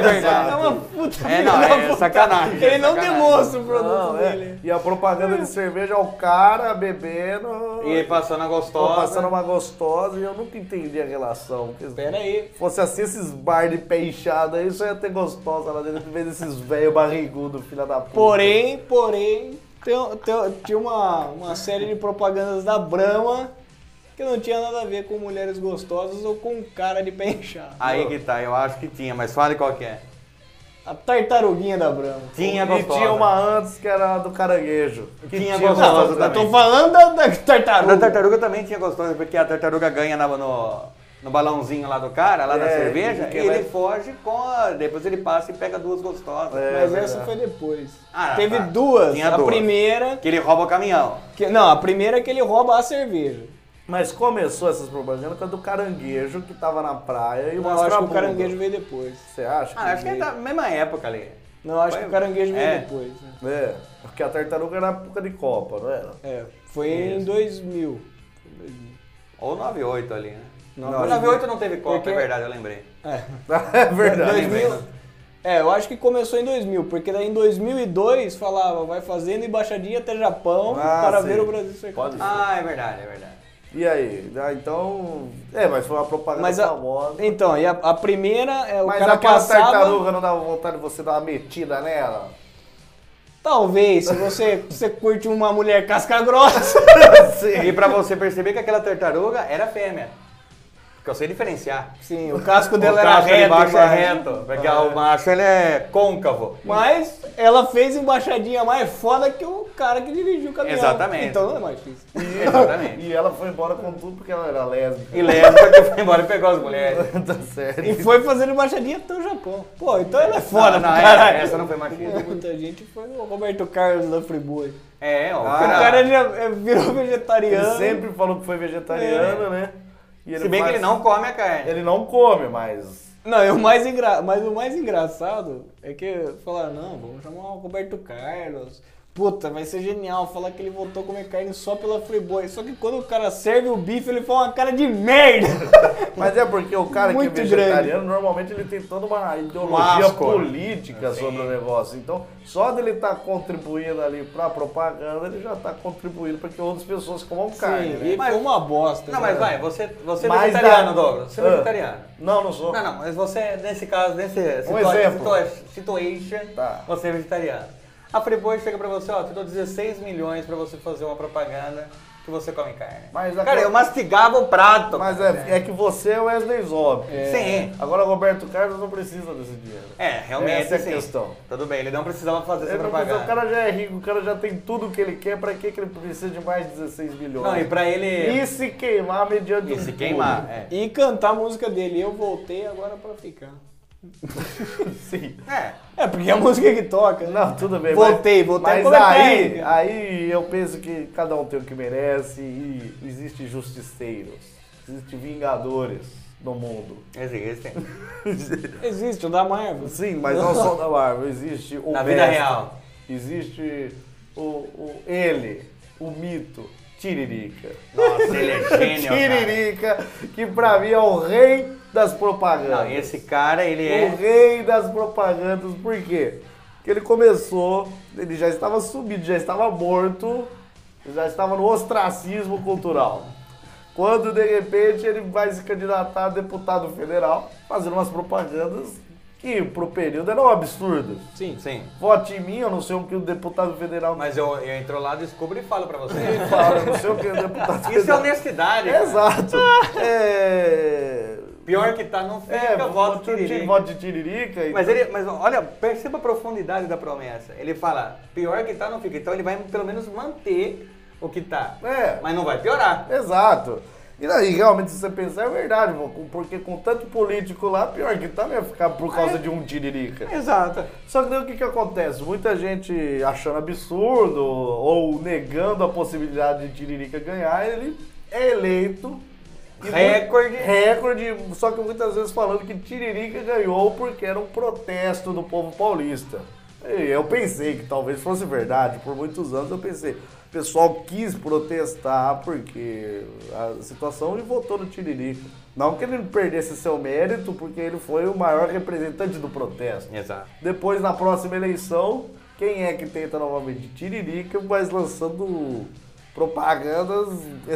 B: verdade.
D: É uma puta
B: É, não,
D: filha da
B: é
D: puta.
B: sacanagem, é
D: Ele não
B: sacanagem.
D: demonstra o produto
C: Não, é.
D: dele.
C: E a propaganda de cerveja é o cara bebendo.
B: E aí passando a
C: Tô
B: gostosa.
C: passando uma gostosa e eu nunca entendi a relação. Porque se
D: Pera aí.
C: Fosse assim esses bar de pé inchado aí, só ia ter gostosa lá dentro, em vez desses velho barrigudo, filha da puta.
D: Porém, porém, tem- tem- tinha uma, uma série de propagandas da Brahma que não tinha nada a ver com mulheres gostosas ou com cara de pé inchado.
B: Aí que tá, eu acho que tinha, mas fale qual que é.
D: A tartaruguinha da Brahma.
B: Tinha
C: E
B: gostosa.
C: tinha uma antes que era a do caranguejo.
B: que tinha
D: Não,
B: gostosa
D: eu
B: também.
D: tô falando da, da tartaruga.
B: Da tartaruga também tinha gostosa, porque a tartaruga ganha na- no, no balãozinho lá do cara, lá da
C: É,
B: cerveja,
C: e
B: e
C: quem
B: ele
C: vai-
B: foge com a... Depois ele passa e pega duas gostosas.
C: É.
D: Mas
C: verdade.
D: essa foi depois.
B: Ah,
D: Teve
B: tá.
D: duas.
B: Tinha
D: a
B: duas.
D: primeira.
B: Que ele rouba o caminhão.
D: que- não, a primeira é que ele rouba a cerveja.
C: Mas começou essas propagandas com a do caranguejo que tava na praia e
D: Eu
C: mostrava.
D: acho que o caranguejo veio depois.
C: Você acha?
B: Ah, acho que é
C: veio?
B: da mesma época ali.
D: Não, acho
B: Foi-
D: que o caranguejo veio
B: é.
D: depois. né?
C: É, porque a tartaruga era a época de Copa, não era?
D: É, foi em 2000. Foi em 2000.
B: Ou 98 ali, né?
D: Não,
B: Não, 98 não teve Copa,
D: Porque-
B: é verdade, eu lembrei.
D: É.
C: É verdade.
D: 2000,
B: né?
D: é, eu acho que começou em 2000, porque daí em 2002 falava, vai fazendo embaixadinha até Japão
C: Ah,
D: para
C: sim.
D: ver o Brasil ser
C: Pode ser.
B: Ah, é verdade, é verdade.
C: E aí? Ah, então. É, mas foi uma propaganda
D: Mas a,
C: famosa.
D: então, e a, a primeira é o
C: Mas
D: cara
C: aquela
D: passava,
C: tartaruga não dava vontade de você dar uma metida nela?
D: talvez, se você, você curte uma mulher casca grossa,
B: E pra você perceber que aquela tartaruga era fêmea. Porque eu sei diferenciar.
D: sim, o casco
B: O
D: dela era
B: casco de
D: reto, Ah.
B: baixo é
D: embaixo.
B: reto, porque o macho ele é côncavo.
D: mas ela fez embaixadinha mais foda que o cara que dirigiu o caminhão.
B: Exatamente.
D: Então não é mais difícil.
B: Exatamente.
C: E ela foi embora com tudo porque ela era lésbica.
B: E lésbica que foi embora e pegou as mulheres.
C: tá sério.
D: E foi fazendo embaixadinha até o Japão. Pô, então ela é foda,
B: não,
D: pra
B: é,
D: caralho.
B: essa não foi machismo.
D: Muita gente foi o Roberto Carlos da Friburgo.
B: É,
C: Ah,
B: ó. o
D: O
B: cara-
D: cara já é, virou vegetariano.
C: Ele sempre falou que foi vegetariano, né? E
B: É. Se bem que
C: faz-
B: ele não come a carne.
C: Ele não come, mas.
D: É. Não, e o mais engra... mas o mais engraçado é que falaram, não, vamos chamar o Roberto Carlos. Puta, vai ser genial falar que ele voltou a comer carne só pela Friboi. Só que quando o cara serve o bife, ele faz uma cara de merda.
C: Mas é porque o cara
D: Muito
C: que é
D: grande.
C: vegetariano, normalmente ele tem toda uma ideologia
B: asco, né?
C: política sobre o negócio. Então, só dele estar contribuindo ali pra propaganda, ele já tá contribuindo para que outras pessoas comam carne,
D: Sim,
C: né?
D: e foi uma bosta.
B: Não,
D: cara.
B: mas vai, você, você é
C: Mas
B: vegetariano,
C: da-
B: Douglas. Você é
C: Ah.
B: vegetariano.
C: Não, não sou.
B: Não, não, mas você, nesse caso, nesse situa-
C: Um exemplo.
B: situa- situation,
C: Tá.
B: você é vegetariano. A Friboi chega pra você, ó, te dou 16 milhões pra você fazer uma propaganda que você come carne.
C: Mas a-
B: cara, eu mastigava o prato.
C: Mas
B: cara.
C: é, é que você é o Wesley Zop.
B: Sim.
C: Agora o Roberto Carlos não precisa desse dinheiro.
B: É, realmente.
C: Essa é a
B: sim.
C: questão.
B: Tudo bem, ele não precisava fazer essa
C: Ele não precisa-
B: propaganda.
C: o cara já é rico, o cara já tem tudo que ele quer, pra que que ele precisa de mais 16 milhões?
B: Não, e pra ele.
C: E se queimar mediante
B: E
C: um
B: se
C: pulo.
B: queimar, é.
D: E cantar a música dele. Eu voltei agora pra ficar.
C: Sim.
B: É.
D: É, porque é a música que toca. né?
C: Não, tudo bem.
D: Voltei,
C: mas,
D: voltei a
C: Mas
D: comer
C: aí,
D: carne.
C: aí eu penso que cada um tem o que merece e existe justiceiros, existe vingadores no mundo.
B: Existem.
D: Existe, o da Marvel.
C: Sim, mas não só na Marvel, existe o
B: Na vida
C: mestre,
B: real.
C: Existe o, o ele, o mito, Tiririca.
B: Nossa, ele é gênio. cara.
C: Tiririca, que pra mim é o rei das propagandas.
B: Não, esse cara, ele
C: O
B: é.
C: rei das propagandas, por quê? Porque ele começou, ele já estava subido, já estava morto, já estava no ostracismo cultural. Quando de repente ele vai se candidatar a deputado federal, fazendo umas propagandas que pro período eram absurdas.
D: Sim.
B: Sim.
C: Vote em mim, eu não sei o que o deputado federal
B: Mas eu, eu entro lá, descubro e falo pra você.
C: fala, eu não sei o que o deputado
B: Isso é
C: federal.
B: honestidade. cara.
C: Exato. É.
B: Pior que tá, não fica,
C: É,
B: voto
C: voto de-
B: tiririca.
C: voto de tiririca.
B: Mas ele, mas olha, perceba a profundidade da promessa. Ele fala, pior que tá, não fica. Então ele vai pelo menos manter o que tá.
C: É.
B: Mas não vai piorar.
C: Exato. E daí, realmente, se você pensar, é verdade, vô, com- porque com tanto político lá, pior que tá, não ia ficar
B: Ah,
C: por
B: é.
C: causa de um tiririca.
B: Exato.
C: Só que daí o que, que acontece? Muita gente achando absurdo ou negando a possibilidade de tiririca ganhar, ele é eleito. E mu-
B: Recorde.
C: Recorde, só que muitas vezes falando que Tiririca ganhou porque era um protesto do povo paulista. E eu pensei que talvez fosse verdade, por muitos anos eu pensei. O pessoal quis protestar porque a situação e votou no Tiririca. Não que ele perdesse seu mérito, porque ele foi o maior representante do protesto.
B: Exato.
C: Depois, na próxima eleição, quem é que tenta novamente? Tiririca, mas lançando propagandas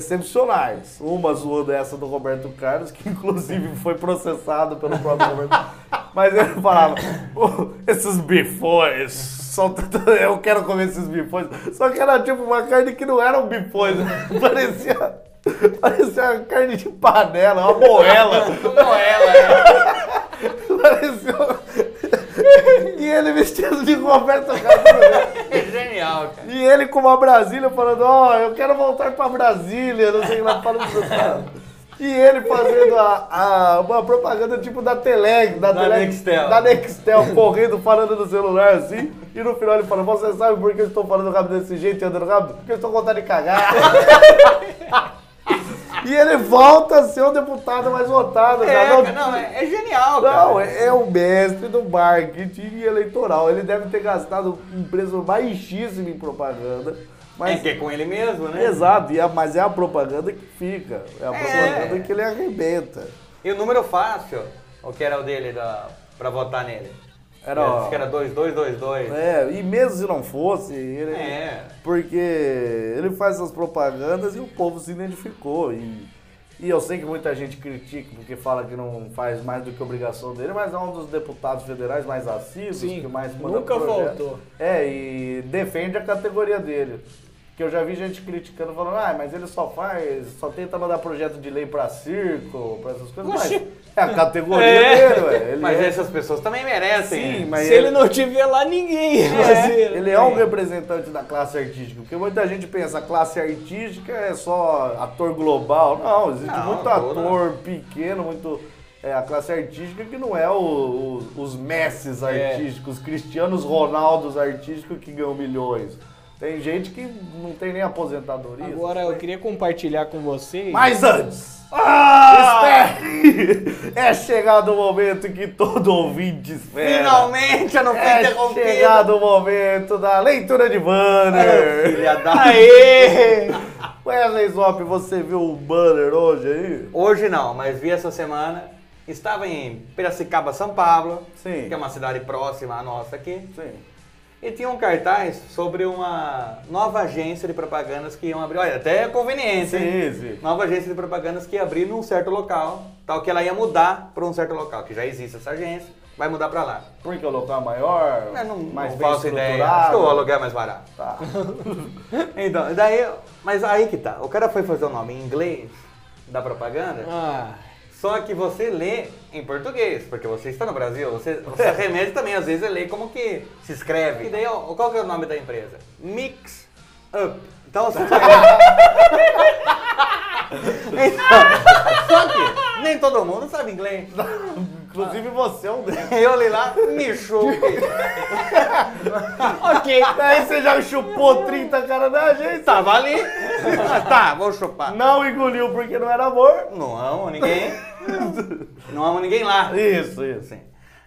C: excepcionais. Uma zoando essa do Roberto Carlos, que inclusive foi processado pelo próprio Roberto Carlos. Mas ele falava, "Ô, esses bifões, são tanto- eu quero comer esses bifões. Só que era tipo uma carne que não era um bifões, parecia... Parecia uma carne de panela, uma moela.
B: Como ela, né?
C: Parecia. um- e ele vestido de Roberto Carlos. né?
B: É genial, cara.
C: e ele com uma Brasília falando, ó, eu quero voltar pra Brasília, não sei lá, falando pro cara. E ele fazendo a, a- uma propaganda tipo da Teleg, da,
B: Da
C: Teleg-
B: Nextel.
C: Da Nextel, correndo, falando no celular assim. E no final ele fala, você sabe por que eu estou falando rápido desse jeito e andando rápido? Porque eu estou com vontade de cagar. e ele volta a ser o deputado mais votado.
B: É,
C: cara.
B: cara, não, é, é genial, cara.
C: Não, é é o mestre do marketing eleitoral. Ele deve ter gastado um preço baixíssimo em propaganda. Mas,
B: É que é com ele mesmo, né?
C: Exato, e é- mas é a propaganda que fica. É a
B: É.
C: propaganda que ele arrebenta.
B: E o número fácil, o que era o dele da, pra votar nele?
C: Era,
B: Eu
C: ó,
B: Acho que era 2222.
C: É, e mesmo se não fosse, ele.
B: É.
C: Porque ele faz essas propagandas e o povo se identificou. E, e eu sei que muita gente critica porque fala que não faz mais do que obrigação dele, mas é um dos deputados federais mais assíduos,
D: Sim,
C: que mais manda
D: nunca
C: projeto.
D: faltou.
C: É, e defende a categoria dele. Que eu já vi gente criticando, falando, ah, mas ele só faz, só tenta mandar projeto de lei pra circo, pra essas coisas. Mas
D: Oxi.
C: é a categoria
D: É.
C: dele, ué. Ele
B: Mas
C: é-
B: essas pessoas também merecem.
C: Sim,
B: né?
C: mas
D: Se ele não tiver lá, ninguém ia fazer. né?
C: ele é um representante da classe artística, porque muita gente pensa classe artística é só ator global. Não, existe
B: Não,
C: muito
B: toda-
C: ator pequeno, muito. É a classe artística que não é o- o- os Messis artísticos, os Cristianos Ronaldos artísticos que ganham milhões. Tem gente que não tem nem aposentadoria.
D: Agora eu queria compartilhar com vocês.
C: Mas antes, espere! É chegado o momento que todo ouvinte espera.
B: Finalmente eu não fui
C: É
B: interrompido.
C: chegado o momento da leitura de
B: Ô,
C: banner.
B: É, Filha da...
D: Aê!
C: Wesley Zop, você viu o banner hoje aí?
B: Hoje não, mas vi essa semana. Estava em Piracicaba, São Paulo,
C: Sim.
B: que é uma cidade próxima à nossa aqui.
C: Sim.
B: E tinha um cartaz sobre uma nova agência de propagandas que iam abrir. Olha, até é conveniência, hein?
C: Sim, sim.
B: Nova agência de propagandas que ia abrir num certo local, tal que ela ia mudar para um certo local, que já existe essa agência, vai mudar para lá.
C: Porque o local é maior,
B: Mas não,
C: mais
B: não
C: bem
B: faço
C: estruturado.
B: ideia. Acho que o aluguel é mais barato.
C: Tá.
B: Então, daí, mas aí que tá. O cara foi fazer o nome em inglês da propaganda,
C: Tá.
D: Ah,
B: só que você lê em português, porque você está no Brasil. Você, você remédio também, às vezes, você lê como que se escreve. E daí, ó, qual que é o nome da empresa? Mix Up. Então, você vai... então, só que nem todo mundo sabe inglês.
C: Inclusive você é um deles.
B: Eu li lá, me chupe.
D: ok.
C: Aí você já chupou 30 cara da gente.
B: Tava ali. Tá, Ah, tá, vou chupar.
C: Não engoliu porque não era amor.
B: Não amo ninguém. Não amo ninguém lá.
C: Isso, isso.
B: Assim.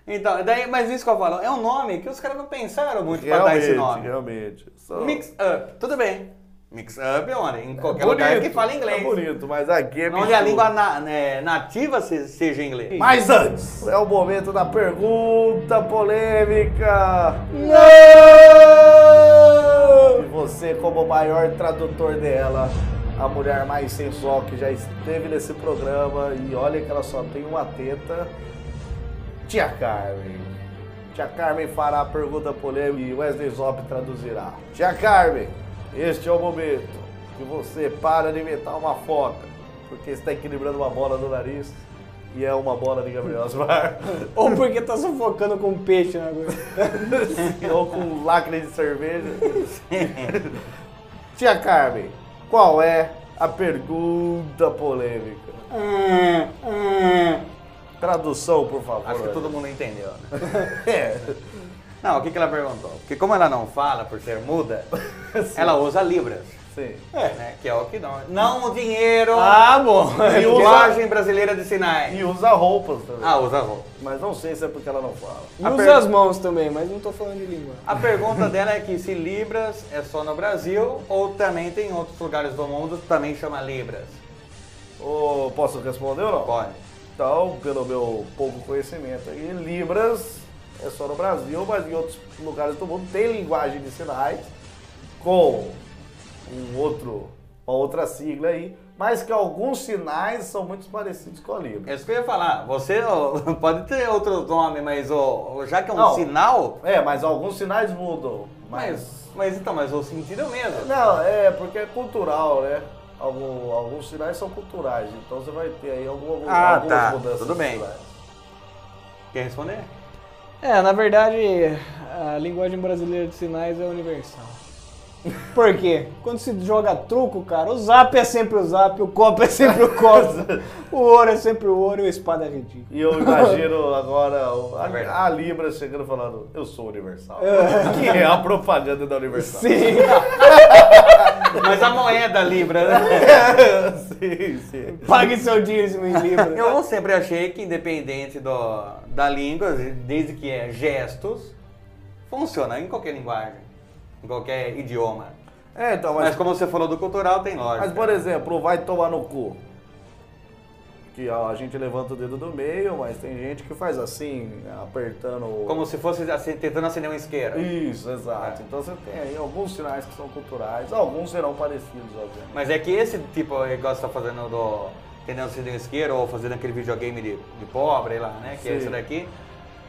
B: Então, daí, mas isso que eu falo, é um nome que os caras não pensaram muito pra dar
C: Realmente,
B: esse nome.
C: realmente. Só-
B: Mix up, Oh. tudo bem. Mix up onde? Em qualquer
C: Bonito,
B: lugar que fala inglês.
C: É bonito, mas aqui é
B: onde a
C: bicho.
B: língua na- né, nativa se- seja inglês.
C: Mas antes, é o momento da pergunta polêmica. E você, como o maior tradutor dela, a mulher mais sensual que já esteve nesse programa, e olha que ela só tem uma teta, Tia Carmen. Tia Carmen fará a pergunta polêmica e Wesley Zop traduzirá. Tia Carmen, este é o momento que você para de inventar uma foca, porque está equilibrando uma bola no nariz e é uma bola de Gabriel Osmar.
D: Ou porque tá sufocando com peixe né? na agulha.
C: ou com um lacre de cerveja. Tia Carmen, qual é a pergunta polêmica? Tradução, por favor.
B: Acho que todo mundo entendeu, né?
C: É.
B: Não, o que, que ela perguntou? Porque como ela não fala por ser muda, ela usa libras.
C: Sim.
B: né, Que é o que não. Não o dinheiro.
D: Ah, bom.
C: é
B: E Linguagem brasileira de sinais.
C: E usa roupas também.
B: Ah, usa roupa.
C: Mas não sei se é porque ela não fala.
D: Usa as mãos também, mas não tô falando de língua.
B: A pergunta dela é que se Libras é só no Brasil ou também tem outros lugares do mundo que também chama Libras.
C: Ô, posso responder ou não?
B: Pode.
C: Então, pelo meu pouco conhecimento aí, Libras é só no Brasil, mas em outros lugares do mundo tem linguagem de sinais com um outro, uma outra sigla aí, mas que alguns sinais são muito parecidos com a Libra.
B: É isso que eu ia falar. Você ó, pode ter outro nome, mas ó, já que é um
C: Não.
B: sinal,
C: É, mas alguns sinais mudam. Mas.
B: mas, mas então, mas o sentido é o mesmo.
C: Não, é porque é cultural, né? Algum- alguns sinais são culturais, então você vai ter aí algum, algum-
B: Ah,
C: algumas
B: tá.
C: mudanças.
B: Tudo bem.
C: culturais.
B: Quer responder?
D: É, na verdade, a linguagem brasileira de sinais é universal. Por quê? Quando se joga truco, cara, o zap é sempre o zap, o copo é sempre o copo, o ouro é sempre o ouro e o espada é ridículo.
C: E eu imagino agora o-
B: É verdade.
C: a, a Libra chegando falando, eu sou universal. Que é a propaganda da Universal.
D: Sim,
B: Mas a moeda Libra, né?
C: sim, sim.
D: pague seu dízimo em libras.
B: Eu sempre achei que independente do, da língua, desde que é gestos, funciona em qualquer linguagem, em qualquer idioma.
C: É, então,
B: Mas
C: mas,
B: como é você falou do cultural, tem lógica.
C: mas por exemplo, o vai tomar no cu. Que ó, a gente levanta o dedo do meio, mas tem gente que faz assim, apertando o.
B: Como se fosse assim, tentando acender uma isqueira.
C: Isso, exato. Então você tem aí alguns sinais que são culturais, alguns serão parecidos, obviamente.
B: Mas é que esse tipo, é igual você tá fazendo do. Tentando acender uma isqueira um ou fazendo aquele videogame de, de pobre lá, né? Que é
C: Sim.
B: isso daqui.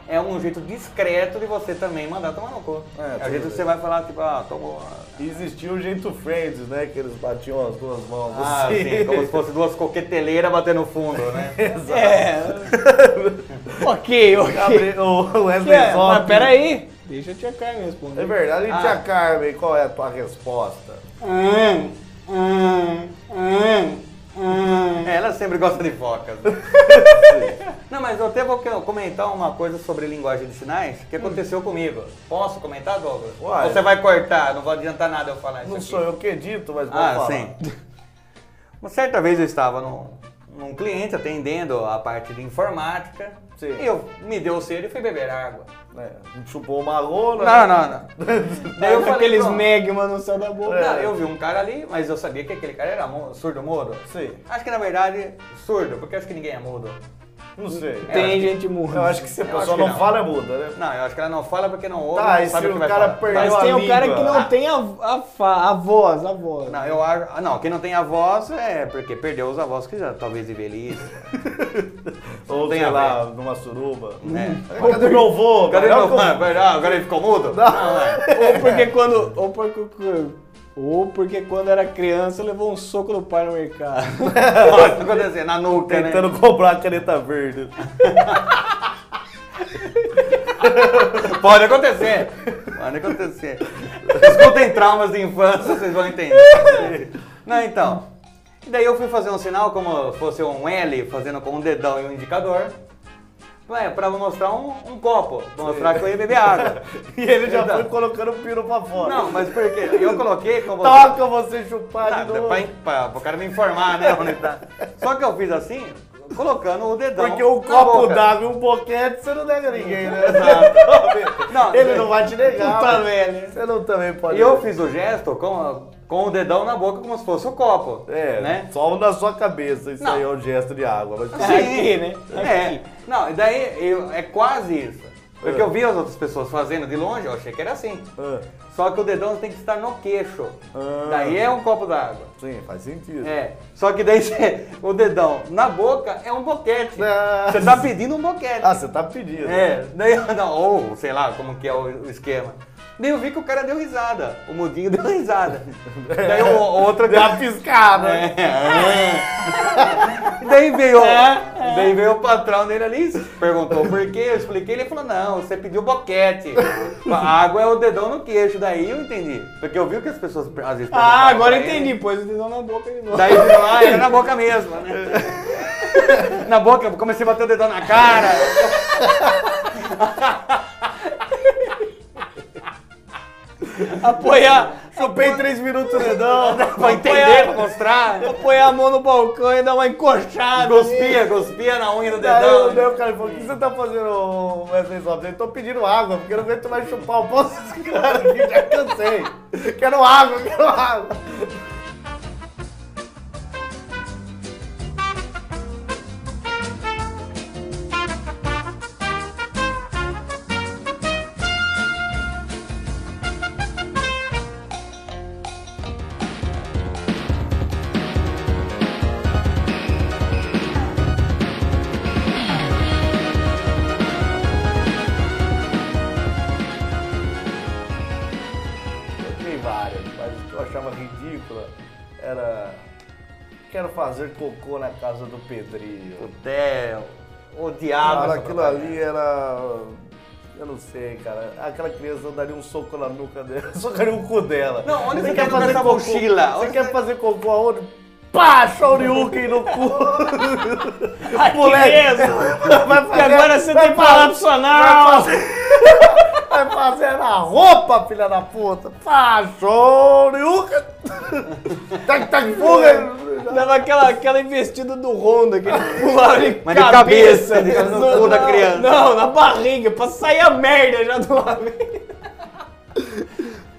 B: É um jeito discreto de você também mandar tomar no cu.
C: É,
B: É, o
C: tudo
B: jeito
C: bem.
B: que você vai falar, tipo, ah, tomou.
C: E existia o jeito Friends, né? Que eles batiam as duas mãos.
B: Ah,
C: assim.
B: sim, como se fosse duas coqueteleiras batendo no fundo, né?
C: Exato.
D: É. ok, ok.
C: Gabriel, o Wesley
D: É,
C: Zop.
D: mas peraí, deixa a tia Carmen
C: É
D: responder.
C: verdade,
B: Ah.
C: tia Carmen, qual é a tua resposta?
D: Hum, hum, hum, hum.
B: É, Ela sempre gosta de focas. Não, mas eu até vou que- comentar uma coisa sobre linguagem de sinais que aconteceu comigo. Posso comentar, Douglas?
C: Hum. Uai.
B: Ou Você vai cortar, não vai adiantar nada eu falar isso
C: Não
B: aqui.
C: sou eu que edito, mas vou
B: Ah,
C: falar.
B: sim. Uma certa vez eu estava num, num cliente atendendo a parte de informática.
C: Sim.
B: E eu me deu sede e fui beber água.
C: É, chupou uma lona. né?
B: Não, não, não. Daí eu
D: Tá com
B: falei,
D: aqueles
B: pronto.
D: magma no céu da boca.
B: Não, eu vi um cara ali, mas eu sabia que aquele cara era mu- surdo mudo.
C: Sim.
B: Acho que na verdade, surdo, porque acho que ninguém é mudo.
C: Não sei.
D: Tem
B: acho
D: gente morrendo.
C: Eu acho que se a
B: Eu acho
C: pessoa
B: que
C: não,
B: não.
C: fala, é muda, né?
B: Não, eu acho que ela não fala porque não ouve,
C: Tá,
B: não
C: e
B: sabe
C: se
B: o que
C: o
B: vai
C: cara
B: falar.
C: perdeu
D: Mas
C: a
D: tem o
C: língua.
D: cara que não tem a, a, fa- a voz, a voz.
B: Não, eu acho. ah, Não, quem não tem avós é porque perdeu os avós que já talvez de velhice.
C: Ou
B: Tem
C: sei
B: a
C: lá, numa suruba.
B: né?
C: Cadê meu avô?
B: Cadê
C: Não,
B: meu
C: como-
B: pai? Vai, Ah, agora ele ficou mudo? Não, é.
D: Ou porque quando. Ou porque, ou porque quando era criança levou um soco do pai no mercado.
B: Nossa, o que aconteceu? Na nuca, né?
C: Tentando comprar a caneta verde.
B: Pode acontecer. Pode acontecer. Escutem traumas de infância, vocês vão entender. Não, então. E daí eu fui fazer um sinal como fosse um L, fazendo com um dedão e um indicador. Ué, pra mostrar um, um copo, pra mostrar que eu ia beber água.
C: E ele já
B: Então.
C: foi colocando o pino pra fora.
B: Não, mas por quê? Eu coloquei como.
C: Toca você chupar
B: Tá,
C: de novo.
B: pra, pra- pro cara me informar, né? onde tá. Só que eu fiz assim, colocando o dedão.
C: Porque um
B: na
C: copo
B: boca.
C: d'água e um boquete você não nega ninguém, né?
B: Não,
C: ele
B: não.
C: não vai te negar.
D: Puta
C: mas
D: merda.
C: Você não também pode.
B: E eu fiz o gesto com, com o dedão na boca como se fosse o copo.
C: É,
B: né?
C: só um na sua cabeça. Isso
B: Não.
C: aí é um gesto de água. Mas
B: Sim.
D: Aqui, né?
B: É. Não, e daí eu- é quase isso. Porque eu vi as outras pessoas fazendo de longe, eu achei que era assim.
C: Ah,
B: Só que o dedão tem que estar no queixo.
C: Ah.
B: Daí é um copo d'água.
C: sim, faz sentido.
B: É. Só que daí você- o dedão na boca é um boquete.
C: Ah.
B: Você tá pedindo um boquete.
C: Ah, você tá pedindo.
B: É, daí, não, ou sei lá como que é o, o esquema. Daí eu vi que o cara deu risada, o mudinho deu risada. Daí o, o outro
C: Deu uma piscada.
B: É, é. Daí veio, daí veio o patrão dele ali, perguntou por quê, eu expliquei, ele falou, não, você pediu boquete. A água é o dedão no queixo, daí eu entendi. Porque eu vi que as pessoas às vezes
D: Ah,
B: perguntavam
D: agora
B: pra ele.
D: entendi. Pôs o dedão na boca de novo.
B: Daí virou, ah, era na boca mesmo, né? Na boca, eu comecei a bater o dedão na cara.
D: Apoiar,
C: Chupei três minutos no dedão.
B: né? Pra entender, pra mostrar.
D: apoiar a mão no balcão e dar uma encoxada.
B: Gospia, gospia na unha do
C: Daí né? eu- daí
B: dedão. né?
C: o cara falou, o que você tá fazendo, Wesley Zobs? Eu tô pedindo água, porque eu não aguento mais chupar o pau desses caras aqui, já cansei. Quero água, quero água. Tem várias, mas o que eu achava ridícula era. Quero fazer cocô na casa do Pedrinho.
B: Até odiava
C: Cara,
B: essa
C: aquilo
B: propaganda.
C: ali era. Eu não sei, cara. Aquela criança eu daria um soco na nuca dela, socaria o cu dela.
B: Não, onde você
C: quer
B: quer colocar essa
C: cocô?
B: mochila?
C: Você
B: Onde
C: quer
B: você-
C: fazer cocô aonde? Pá, Shoryuken no cu!
D: Ai,
C: moleque. Vai
D: E agora você tem prolapso
C: Vai
D: anal.
C: fazer... Vai fazer na roupa, filha da puta! Pá, Shoryuken! Tac, tac, fuga!
D: Dava aquela, aquela investida do Honda, que ele pulava de
B: Mas de
D: cabeça.
B: cabeça, de- no cu da
D: Não,
B: criança.
D: Não, na barriga, pra sair a merda já do homem.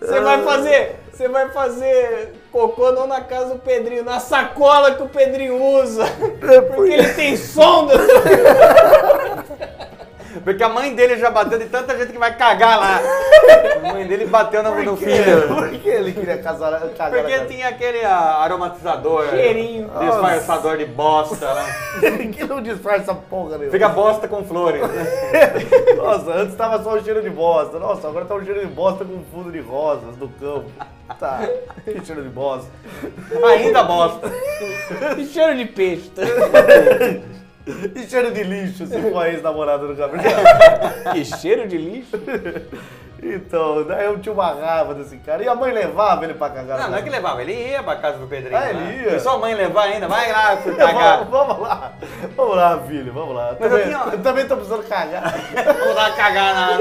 D: Você vai fazer... Você vai fazer cocô não na casa do Pedrinho, na sacola que o Pedrinho
C: É,
D: usa. Porque ele tem sonda.
B: Porque a mãe dele já bateu de tanta gente que vai cagar lá. A mãe dele bateu no, no filho.
C: Por que ele queria casar, cagar na
B: Porque
C: casa?
B: tinha aquele ah, aromatizador.
D: Cheirinho.
B: Disfarçador de bosta. né?
C: que não disfarça porra nenhuma.
B: Fica bosta com flores. né?
C: Nossa, antes tava só o cheiro de bosta. Nossa, agora tá um cheiro de bosta com fundo de rosas do campo. Tá, que cheiro de bosta.
B: Ainda bosta.
D: E cheiro de peixe. tá?
C: E cheiro de lixo, se for a ex-namorada do Gabriel.
D: Que cheiro de lixo.
C: Então, daí eu tinha uma raiva desse cara. E a mãe levava ele pra cagar.
B: Não, não é que levava, ele ia pra casa do Pedrinho.
C: Ah,
B: lá.
C: ele ia.
B: E sua mãe levar ainda, vai lá se
C: Vamos,
B: cagar.
C: vamos lá. Vamos lá, filho, vamos lá.
B: eu
C: Também,
B: tinha-
C: eu também tô precisando cagar.
B: Vamos dar uma cagar na.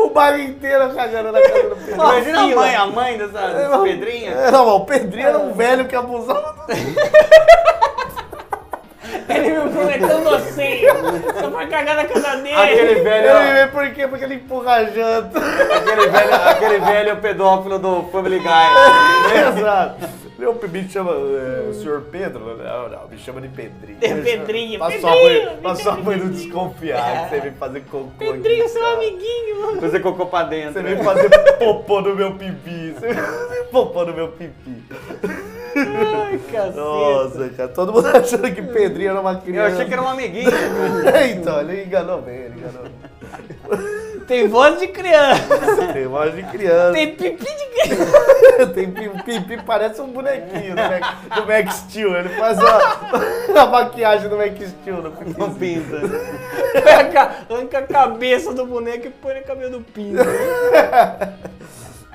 C: O bairro inteiro cagando na casa do Pedrinho. é,
B: Imagina a mãe, É. a mãe dessa, dessa Pedrinha.
C: Não, mas o Pedrinho era um velho que abusava do...
D: Ele me prometeu você. Você vai cagar na casa dele.
B: Aquele velho,
C: Ele, por quê? Porque ele empurra a janta.
B: aquele velho, aquele velho pedófilo do Family Guy.
C: Exato. Meu me chama é, o senhor Pedro, né? não, não, me chama de Pedrinho.
D: É, Pedrinho,
C: Pra sua
D: Pedrinho, É.
C: mãe, pra sua mãe não desconfiar que você vem fazer cocô
D: Pedrinho,
C: aqui,
D: seu
C: cara.
D: amiguinho.
B: Você cocô pra
C: Você
B: dentro.
C: vem fazer popô no meu pipi. Você vem fazer popô no meu pipi.
D: Ai, caceta.
C: Nossa, cara, todo mundo achando que Pedrinho era uma
B: Eu
C: criança.
B: achei que era um amiguinho.
C: então, ele enganou bem, ele enganou bem.
D: Tem voz de criança.
C: Tem voz de criança.
D: Tem pipi de criança.
C: Tem pi- pipi, parece um bonequinho do Mac, do Max Steel. Ele faz a, a maquiagem do Max Steel no pipi.
B: Não pinta.
D: Arranca, arranca a cabeça do boneco e põe no cabelo do pinto.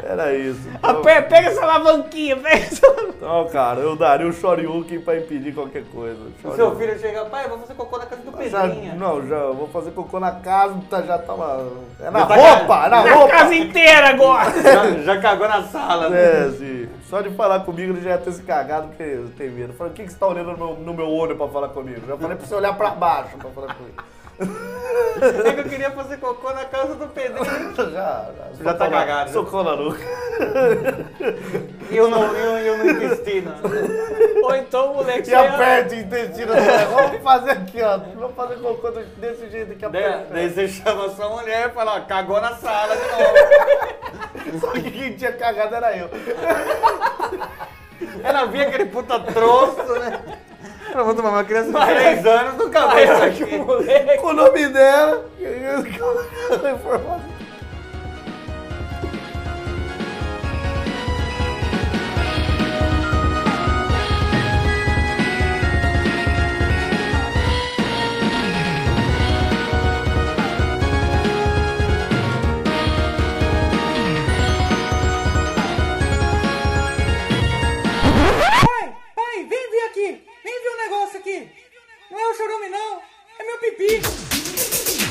C: Era isso.
D: Ah,
C: Então,
D: pe- Pega essa alavanquinha, pega essa alavanquinha.
C: então, cara, eu daria o Shoryuken pra impedir qualquer coisa.
B: O
C: Shoryuken.
B: seu filho chega, pai, eu vou fazer cocô na casa do
D: é
C: Já-
B: Pedrinha.
C: não, já eu vou fazer cocô na casa, tá- já tá uma. É na
B: Já tá
C: roupa,
B: ca-
C: na
D: Na
C: roupa!
D: casa inteira agora.
B: Já, já cagou na sala, né?
C: É, sim. Só de falar comigo ele já ia ter se cagado porque eu tenho medo. Eu Falei, o que, que você tá olhando no meu, no meu olho pra falar comigo? Já falei "É pra você olhar pra baixo pra falar comigo.
B: É que eu queria fazer cocô na casa do Pedrinho.
C: Já, já.
B: Já tá cagado, né?
C: Socou na nuca.
B: E eu não, eu, eu no intestino.
D: Ou então o moleque
C: E aperta o intestino. né? Vamos fazer aqui, ó. Vamos fazer cocô do- desse jeito que
B: Daí,
C: aperta.
B: daí você chama sua mulher e fala, ó, cagou na sala de novo.
C: Só que quem tinha cagado era eu.
B: Ela via aquele puta troço, né? Ela vou tomar uma criança de
C: é.
B: 3 anos no cabelo
D: Olha que
B: aqui.
D: moleque.
C: Com o nome dela. a informação.
I: Pai, pai, vem ver aqui. Vem ver um negócio aqui. Não é o chorume, não. É meu pipi.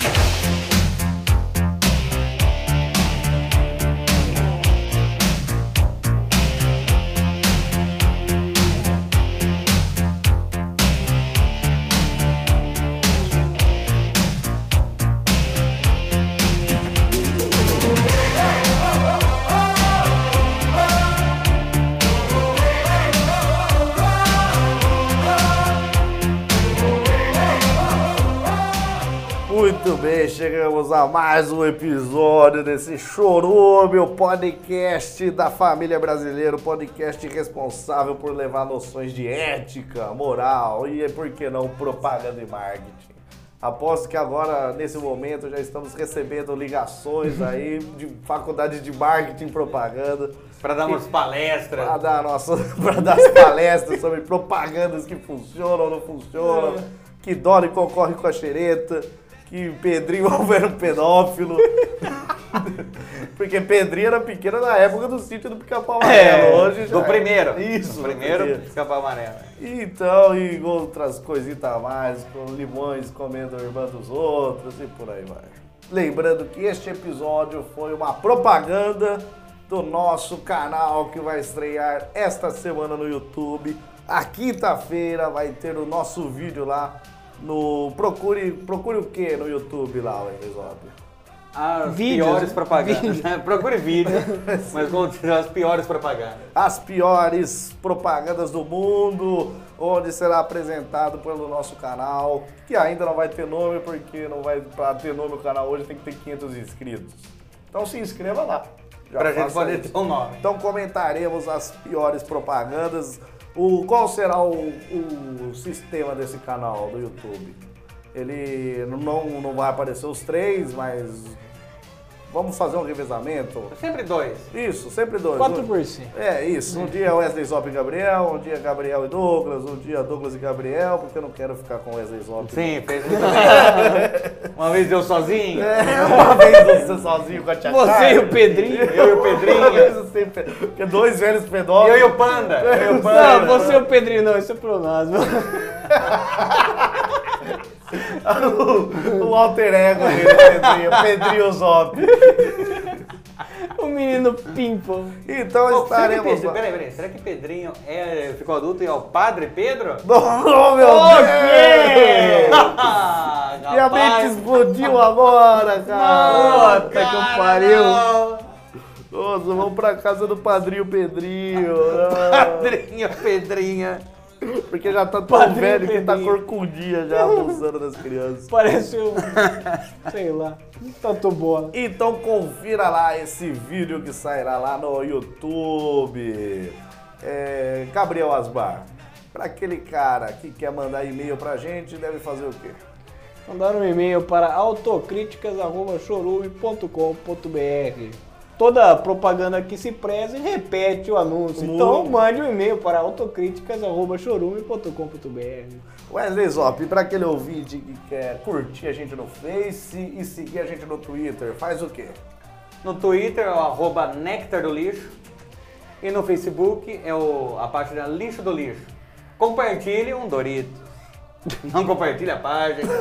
C: Muito bem, chegamos a mais um episódio desse Chorume, o podcast da família brasileira, o podcast responsável por levar noções de ética, moral e, por que não, propaganda e marketing. Aposto que agora, nesse momento, já estamos recebendo ligações aí de faculdade de marketing e propaganda
B: Pra dar umas palestras.
C: para dar, nossa, pra dar as palestras sobre propagandas que funcionam ou não
B: É.
C: funcionam, que Dolly concorre com a xereta, que Pedrinho era um pedófilo. Porque Pedrinho era pequena na época do sítio do Pica-Pau Amarelo. Hoje já
B: do
C: é.
B: primeiro.
C: Isso,
B: Do
C: do
B: primeiro, escapar amarelo.
C: Então, e outras coisitas a mais, com limões comendo a irmã dos outros e por aí vai. Lembrando que este episódio foi uma propaganda do nosso canal que vai estrear esta semana no YouTube. A quinta-feira vai ter o nosso vídeo lá no procure, procure o que no YouTube lá, o Episódio.
B: As
D: Vídeos.
B: piores propagandas. Procure vídeo, mas com as piores propagandas.
C: as piores propagandas do mundo, onde será apresentado pelo nosso canal, que ainda não vai ter nome, porque não vai para ter nome o canal hoje tem que ter 500 inscritos. Então se inscreva lá. Já
B: pra gente
C: faça
B: poder
C: isso.
B: ter um nome.
C: Então comentaremos as piores propagandas. O, qual será o, o sistema desse canal do YouTube? Ele não, não vai aparecer os três, mas Vamos fazer um revezamento?
B: Sempre dois.
C: Isso, sempre dois.
D: 4%.
C: É, isso. Um dia Wesley Zop e Gabriel, um dia Gabriel e Douglas, um dia Douglas e Gabriel, porque eu não quero ficar com Wesley Zop.
B: Sim, fez muito bem. Uma vez eu sozinho,
C: É, uma vez você sozinho com a tia
D: Você e o
C: Carmen.
D: Pedrinho.
B: eu e o
C: Uma vez
B: Pedrinho,
C: você- Porque dois velhos pedófilos.
B: eu e o Panda, eu e o né?
D: Não,
B: Panda.
D: você e o Pedrinho, não, isso é pronasmo.
C: o alter ego dele, Pedrinho, Pedrinho Zop.
D: O menino pimpo.
C: Então
B: Pô, será que
C: estaremos
B: Pedro-
C: lá.
B: Peraí, peraí, será que Pedrinho é, ficou adulto e é o Padre Pedro?
C: Oh, meu
D: quê?
C: Deus!
B: Ah,
C: Minha mente
B: rapaz.
C: explodiu agora, cara.
D: Puta que pariu.
C: Nossa, vamos pra casa do padrinho Pedrinho.
B: Padrinho, Pedrinha.
C: Porque já tá tão
D: Padrinho
C: velho que tá
D: Pedrinho.
C: corcundia já abusando das crianças.
D: Parece um. sei lá. um Tanto bola.
C: Então confira lá esse vídeo que sairá lá no YouTube. É, Gabriel Asbar, pra aquele cara que quer mandar e-mail pra gente, deve fazer o quê?
D: Mandaram um e-mail para autocríticas.chorume.com.br. Toda propaganda que se preze repete o anúncio. Então mande um e-mail para autocríticas.chorume.com.br.
C: Wesley Zop, pra aquele ouvinte que quer curtir a gente no Face e seguir a gente no Twitter, faz o quê?
B: No Twitter é o arroba Nectar do Lixo. E no Facebook é o, a página Lixo do Lixo. Compartilhe um Dorito. Não compartilhe a página.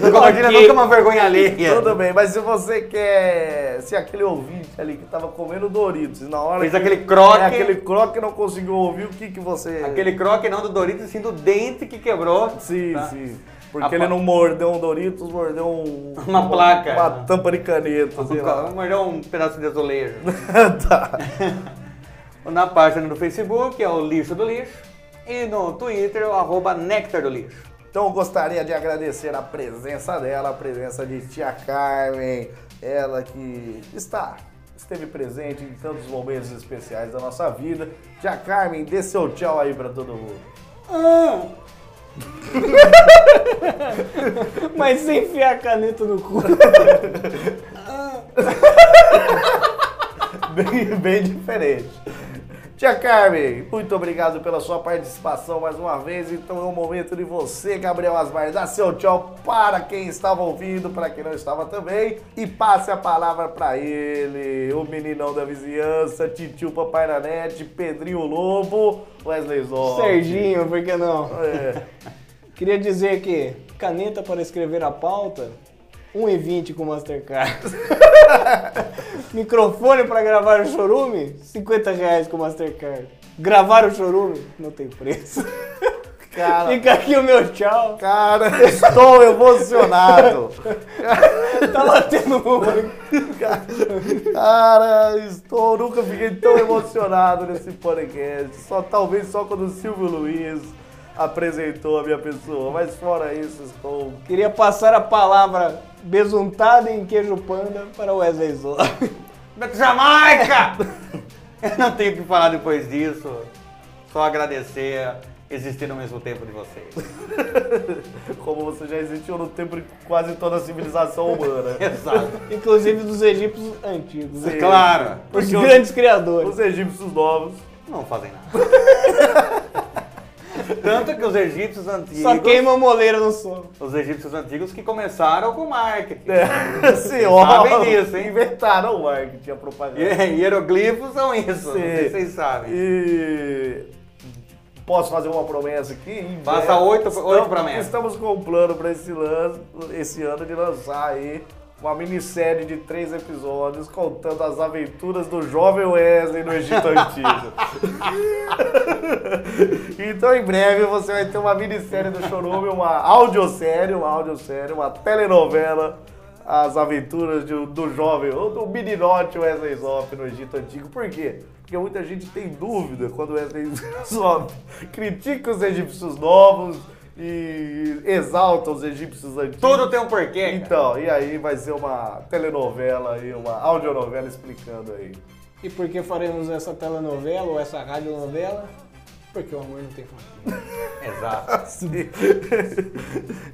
B: não compartilha
D: Ok.
B: nunca uma vergonha alheia.
C: Tudo bem, mas se você quer. Se aquele ouvinte ali que tava comendo Doritos e na hora.
B: Fez
C: que-
B: aquele croque.
C: É, aquele croque e não conseguiu ouvir, o que que você.
B: Aquele croque não do Doritos, sim do dente que quebrou.
C: Sim,
B: tá?
C: sim. Porque
B: A
C: ele
B: pa-
C: não mordeu um Doritos, mordeu um.
B: Uma placa.
C: Uma tampa de caneta, sei lá.
B: Mordeu um pedaço de azulejo.
C: tá.
B: Na página do Facebook é o Lixo do Lixo. E no Twitter é o arroba Nectar do Lixo.
C: Então eu gostaria de agradecer a presença dela, a presença de tia Carmen, ela que está, esteve presente em tantos momentos especiais da nossa vida. Tia Carmen, dê seu tchau aí pra todo mundo.
D: Mas sem enfiar a caneta no cu.
C: Bem, bem diferente. Tia Carmen, muito obrigado pela sua participação mais uma vez. Então é o momento de você, Gabriel Asmar, dar seu tchau para quem estava ouvindo, para quem não estava também. E passe a palavra para ele, o meninão da vizinhança, Titio Papai na Net, Pedrinho Lobo, Wesley Zó.
D: Serginho, por que não?
C: É.
D: Queria dizer que caneta para escrever a pauta, 1,20 com Mastercard. Microfone para gravar o chorume, 50 reais com Mastercard. Gravar o chorume, não tem preço.
C: Cara.
D: Fica aqui o meu tchau.
C: Cara, estou emocionado.
D: Tá batendo um.
C: Cara, estou, nunca fiquei tão emocionado nesse podcast. Só talvez só quando o Silvio Luiz apresentou a minha pessoa, mas fora isso estou.
D: Queria passar a palavra besuntada em queijo panda para o Wesley Zola.
B: Beto Jamaica! Eu não tenho o que falar depois disso. Só agradecer existir no mesmo tempo de vocês.
C: Como você já existiu no tempo de quase toda a civilização humana.
B: Exato.
D: Inclusive dos egípcios antigos. é
C: Sim.
B: Claro.
D: Os
C: Porque os-
D: grandes criadores.
C: Os egípcios novos.
B: Não fazem nada. Tanto que os egípcios antigos.
D: Só queimam moleira no sol.
B: Os egípcios antigos que começaram com marketing.
C: É, senhora,
B: sabem disso, hein?
C: inventaram o marketing, a propaganda.
B: Hier- Hieroglifos são isso, não sei
C: Sim.
B: se vocês sabem.
C: E posso fazer uma promessa aqui? Em breve,
B: Faça oito- oito
C: estamos-
B: promessas.
C: Estamos com um plano para esse, lan- esse ano de lançar aí uma minissérie de três episódios contando as aventuras do jovem Wesley no Egito Antigo. então em breve você vai ter uma minissérie do Chorume, uma audiosérie, uma audiosérie, uma telenovela. As aventuras de- um, do jovem, ou do meninote Wesley Zop no Egito Antigo. Por quê? Porque muita gente tem dúvida quando Wesley Zop critica os egípcios novos e exalta os egípcios antigos.
B: Tudo tem um porquê. cara.
C: Então, e aí vai ser uma telenovela e uma audionovela explicando aí.
D: E por que faremos essa telenovela ou essa radionovela? Porque o amor não tem fronteira.
B: Exato.
C: Sim.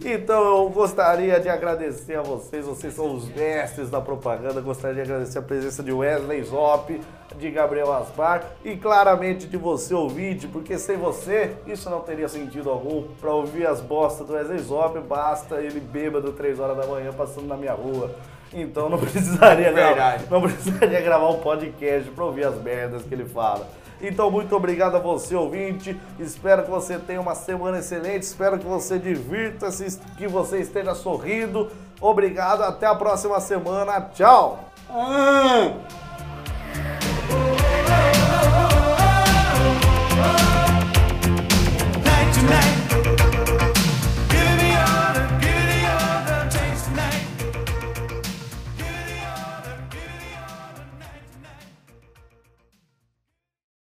C: Então eu gostaria de agradecer a vocês, vocês são os mestres da propaganda. Gostaria de agradecer a presença de Wesley Zop, de Gabriel Aspar e claramente de você, ouvinte, porque sem você isso não teria sentido algum. Pra ouvir as bostas do Wesley Zop, basta ele bêbado 3 horas da manhã passando na minha rua. Então não precisaria, gravar,
B: Verdade.
C: não precisaria gravar um podcast pra ouvir as merdas que ele fala. Então, muito obrigado a você, ouvinte. Espero que você tenha uma semana excelente. Espero que você divirta-se, que você esteja sorrindo. Obrigado, até a próxima semana. Tchau!
D: Ah!